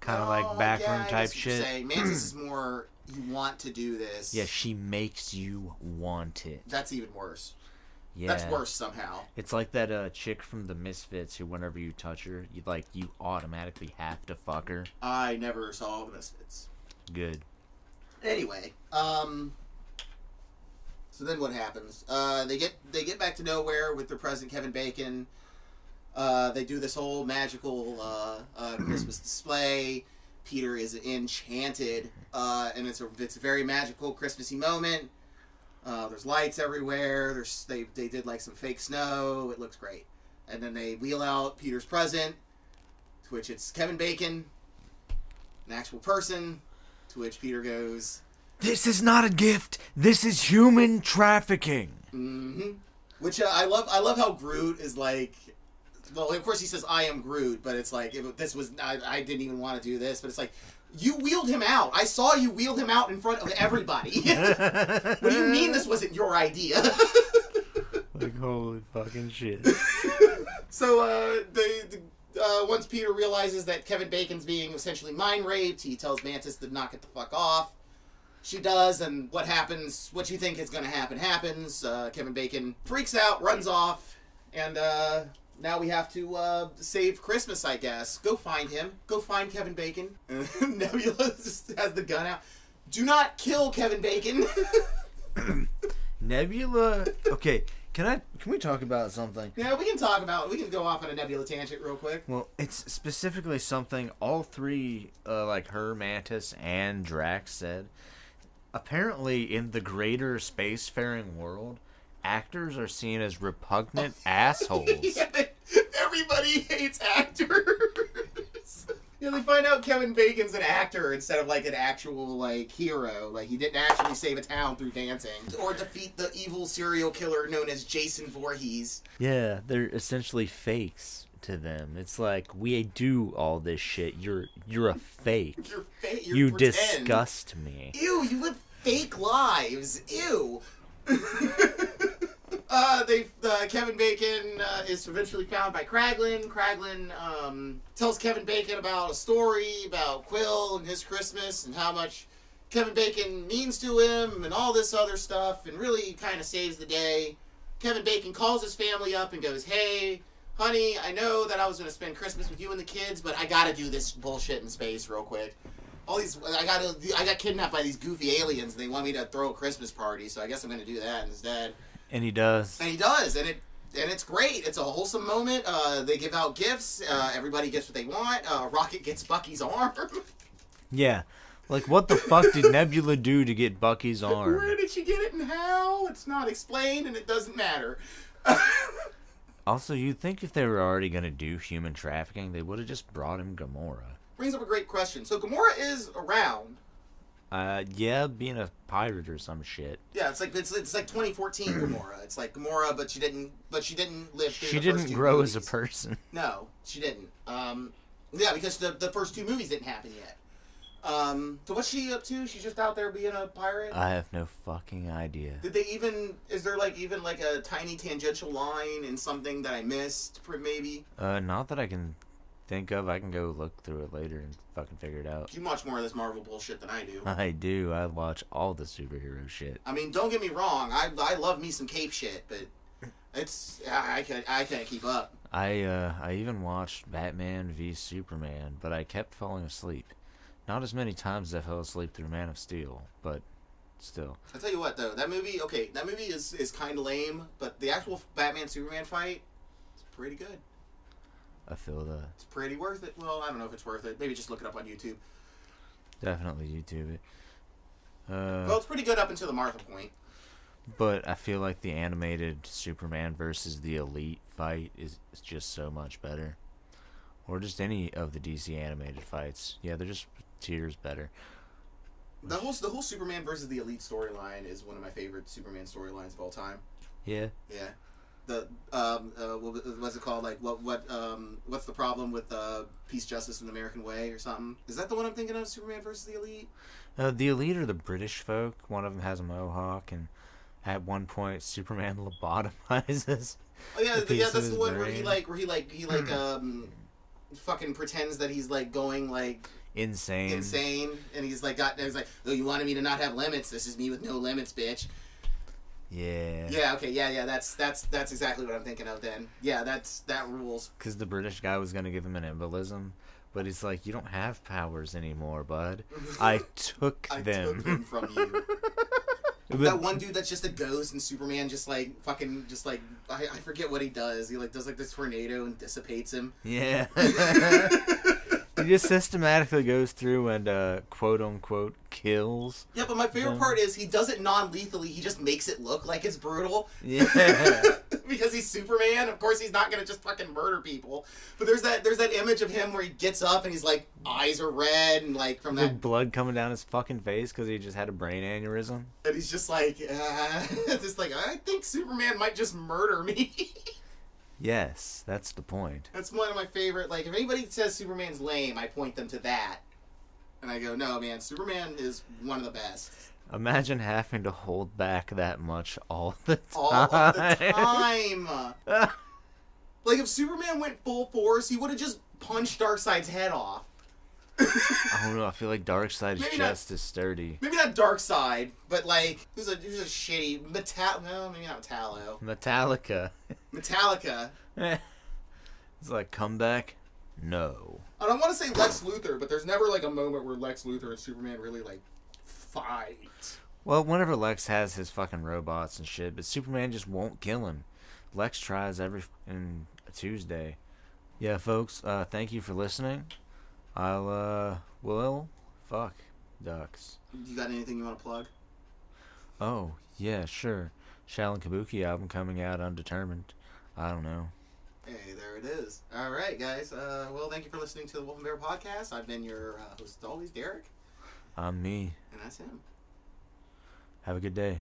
Speaker 3: kind of
Speaker 2: Oh,
Speaker 3: like
Speaker 2: yeah, I
Speaker 3: backroom
Speaker 2: guess
Speaker 3: type
Speaker 2: what
Speaker 3: shit.
Speaker 2: You're saying. Mantis is more you want to do this.
Speaker 3: Yeah, she makes you want it.
Speaker 2: that's even worse.
Speaker 3: Yeah,
Speaker 2: That's worse somehow.
Speaker 3: It's like that uh, chick from the Misfits who, whenever you touch her, you like you automatically have to fuck her.
Speaker 2: I never saw the Misfits.
Speaker 3: Good.
Speaker 2: Anyway, um, so then what happens? Uh, they get they get back to nowhere with their present Kevin Bacon. Uh, they do this whole magical uh, uh, Christmas display. Peter is enchanted, uh, and it's a it's a very magical Christmassy moment. Uh, there's lights everywhere. There's they they did like some fake snow. It looks great. And then they wheel out Peter's present, to which it's Kevin Bacon, an actual person. To which Peter goes,
Speaker 3: This is not a gift. This is human *laughs* trafficking.
Speaker 2: hmm Which uh, I love. I love how Groot is like. Well, of course he says I am Groot, but it's like if this was I, I didn't even want to do this, but it's like you wheeled him out. I saw you wheel him out in front of everybody. *laughs* what do you mean this wasn't your idea? *laughs*
Speaker 3: Like holy fucking shit.
Speaker 2: so uh, they. the- uh, once Peter realizes that Kevin Bacon's being essentially mind raped, he tells Mantis to knock it the fuck off. She does, and what happens, what you think is going to happen, happens. Uh, Kevin Bacon freaks out, runs off, and uh, now we have to uh, save Christmas, I guess. Go find him. Go find Kevin Bacon. *laughs* Nebula *laughs* just has the gun out. Do not kill Kevin Bacon. *laughs*
Speaker 3: Nebula. Okay, can I? Can we talk about something?
Speaker 2: yeah, we can talk about, we can go off on a Nebula tangent real quick.
Speaker 3: Well, it's specifically something all three, uh, like her, Mantis, and Drax said. Apparently, in the greater spacefaring world, actors are seen as
Speaker 2: *laughs*
Speaker 3: repugnant assholes.
Speaker 2: Yeah, they- everybody hates actors. *laughs* yeah, they find out Kevin Bacon's an actor instead of like an actual like hero. Like he didn't actually save a town through dancing or defeat the evil serial killer known as Jason Voorhees.
Speaker 3: Yeah, they're essentially fakes to them. It's like we do all this shit. You're you're a fake.
Speaker 2: You're fake.
Speaker 3: you disgust me.
Speaker 2: Ew, you live fake lives. Ew. *laughs* uh, they uh, Kevin Bacon uh, is eventually found by Kraglin. Kraglin um, tells Kevin Bacon about a story about Quill and his Christmas and how much Kevin Bacon means to him and all this other stuff and really kind of saves the day. Kevin Bacon calls his family up and goes, "Hey, honey, I know that I was going to spend Christmas with you and the kids, but I got to do this bullshit in space real quick." all these I got I got kidnapped by these goofy aliens and they want me to throw a Christmas party, so I guess I'm gonna do that instead.
Speaker 3: And he does.
Speaker 2: And he does, and it and it's great. It's a wholesome moment. Uh, they give out gifts. Uh, everybody gets what they want. Uh, Rocket gets Bucky's arm. *laughs*
Speaker 3: Yeah. Like what the fuck did Nebula do to get Bucky's
Speaker 2: Where
Speaker 3: arm?
Speaker 2: did she get it and how? It's not explained, and it doesn't matter.
Speaker 3: Also, you'd think if they were already gonna do human trafficking, they would have just brought him Gamora.
Speaker 2: Brings up a great question. So Gamora is around.
Speaker 3: Uh, yeah, being a pirate or some shit.
Speaker 2: Yeah, it's like it's, it's like 2014 Gamora. It's like Gamora, but she didn't but she didn't live. through
Speaker 3: She
Speaker 2: the first
Speaker 3: didn't
Speaker 2: two
Speaker 3: grow
Speaker 2: movies.
Speaker 3: as a person. *laughs*
Speaker 2: No, she didn't. Um, yeah, because the, the first two movies didn't happen yet. Um, so what's she up to? She's just out there being a pirate.
Speaker 3: I have no fucking idea.
Speaker 2: Did they even? Is there like even like a tiny tangential line in something that I missed? pr- Maybe
Speaker 3: Uh, not that I can think of. I can go look through it later and fucking figure it out. *laughs*
Speaker 2: you watch more of this Marvel bullshit than I do.
Speaker 3: I do. I watch all the superhero shit.
Speaker 2: I mean, don't get me wrong. I I love me some cape shit, but it's I, I can't I can't keep up.
Speaker 3: I uh, I even watched Batman v Superman, but I kept falling asleep. Not as many times as I fell asleep through Man of Steel, but still.
Speaker 2: I tell you what though, that movie. Okay, that movie is is kind of lame, but the actual Batman Superman fight is pretty good.
Speaker 3: I feel the
Speaker 2: It's pretty worth it. Well, I don't know if it's worth it. Maybe just look it up on YouTube.
Speaker 3: definitely YouTube it. Uh,
Speaker 2: Well, it's pretty good up until the Martha point.
Speaker 3: but I feel like the animated Superman versus the Elite fight is is just so much better, or just any of the DC animated fights. Yeah, they're just tiers better.
Speaker 2: the whole the whole Superman versus the Elite storyline is one of my favorite Superman storylines of all time.
Speaker 3: Yeah.
Speaker 2: Yeah. The um uh, what was- what's it called? Like what what um what's the problem with uh peace justice in the American way or something? Is that the one I'm thinking of? Superman versus the Elite.
Speaker 3: Uh, the elite are the British folk. One of them has a mohawk, and at one point, Superman *laughs* lobotomizes.
Speaker 2: Oh yeah,
Speaker 3: The
Speaker 2: th- yeah,
Speaker 3: piece
Speaker 2: that's
Speaker 3: of
Speaker 2: the
Speaker 3: his
Speaker 2: one where he
Speaker 3: brain.
Speaker 2: like where he like
Speaker 3: *clears throat*
Speaker 2: he like um fucking pretends that he's like going like
Speaker 3: Insane.
Speaker 2: insane and he's like got he's like oh you wanted me to not have limits this is me with no limits bitch
Speaker 3: Yeah.
Speaker 2: yeah okay yeah yeah that's that's that's exactly what i'm thinking of then yeah that's that rules
Speaker 3: Because the British guy was going to give him an embolism, but he's like, you don't have powers anymore,
Speaker 2: *laughs*
Speaker 3: bud. I took
Speaker 2: i
Speaker 3: them. *laughs*
Speaker 2: took them *laughs* from you
Speaker 3: But-
Speaker 2: that one dude that's just a ghost and superman just like fucking just like i, I forget what he does he like does like this tornado and dissipates him *laughs*
Speaker 3: Yeah. he just systematically goes through and uh, quote unquote
Speaker 2: *laughs*
Speaker 3: kills.
Speaker 2: yeah but my favorite
Speaker 3: Yeah.
Speaker 2: part is he does it non-lethally he just makes it look like it's brutal
Speaker 3: Yeah.
Speaker 2: *laughs* because he's Superman. Of course, he's not gonna just fucking murder people. But there's that there's that image of him where he gets up and he's like eyes are red and like from
Speaker 3: the
Speaker 2: that,
Speaker 3: blood coming down his fucking face because he just had a brain aneurysm.
Speaker 2: and he's just like uh, *laughs* just like I think Superman might just murder me. *laughs*
Speaker 3: Yes, that's the point.
Speaker 2: That's one of my favorite. Like if anybody says Superman's lame, I point them to that, and I go, no man, Superman is one of the best
Speaker 3: Imagine having to hold back that much all the time.
Speaker 2: *laughs* all
Speaker 3: *laughs*
Speaker 2: of the time. like if Superman went full force, he would have just punched Darkseid's head off.
Speaker 3: I don't know. I feel like Darkseid's
Speaker 2: Maybe not-
Speaker 3: just as sturdy.
Speaker 2: Maybe not Dark Side, but like who's a who's a shitty metal? No, maybe not Metallo.
Speaker 3: Metallica. *laughs*
Speaker 2: Metallica.
Speaker 3: it's like comeback. No.
Speaker 2: I don't want to say Lex Luthor, but there's never like a moment where Lex Luthor and Superman really like fight.
Speaker 3: Well, whenever Lex has his fucking robots and shit, but Superman just won't kill him. Lex tries every fucking Tuesday. Yeah, folks, uh, thank you for listening. I'll, uh, will, fuck, ducks.
Speaker 2: You got anything you want to plug?
Speaker 3: Oh, yeah, sure. Shaolin Kabuki album coming out undetermined. I don't know.
Speaker 2: Hey, there it is. All right, guys. Uh, well, thank you for listening to the Wolf and Bear podcast. I've been your uh, host, as always, Derek,
Speaker 3: I'm me.
Speaker 2: and that's him.
Speaker 3: Have a good day.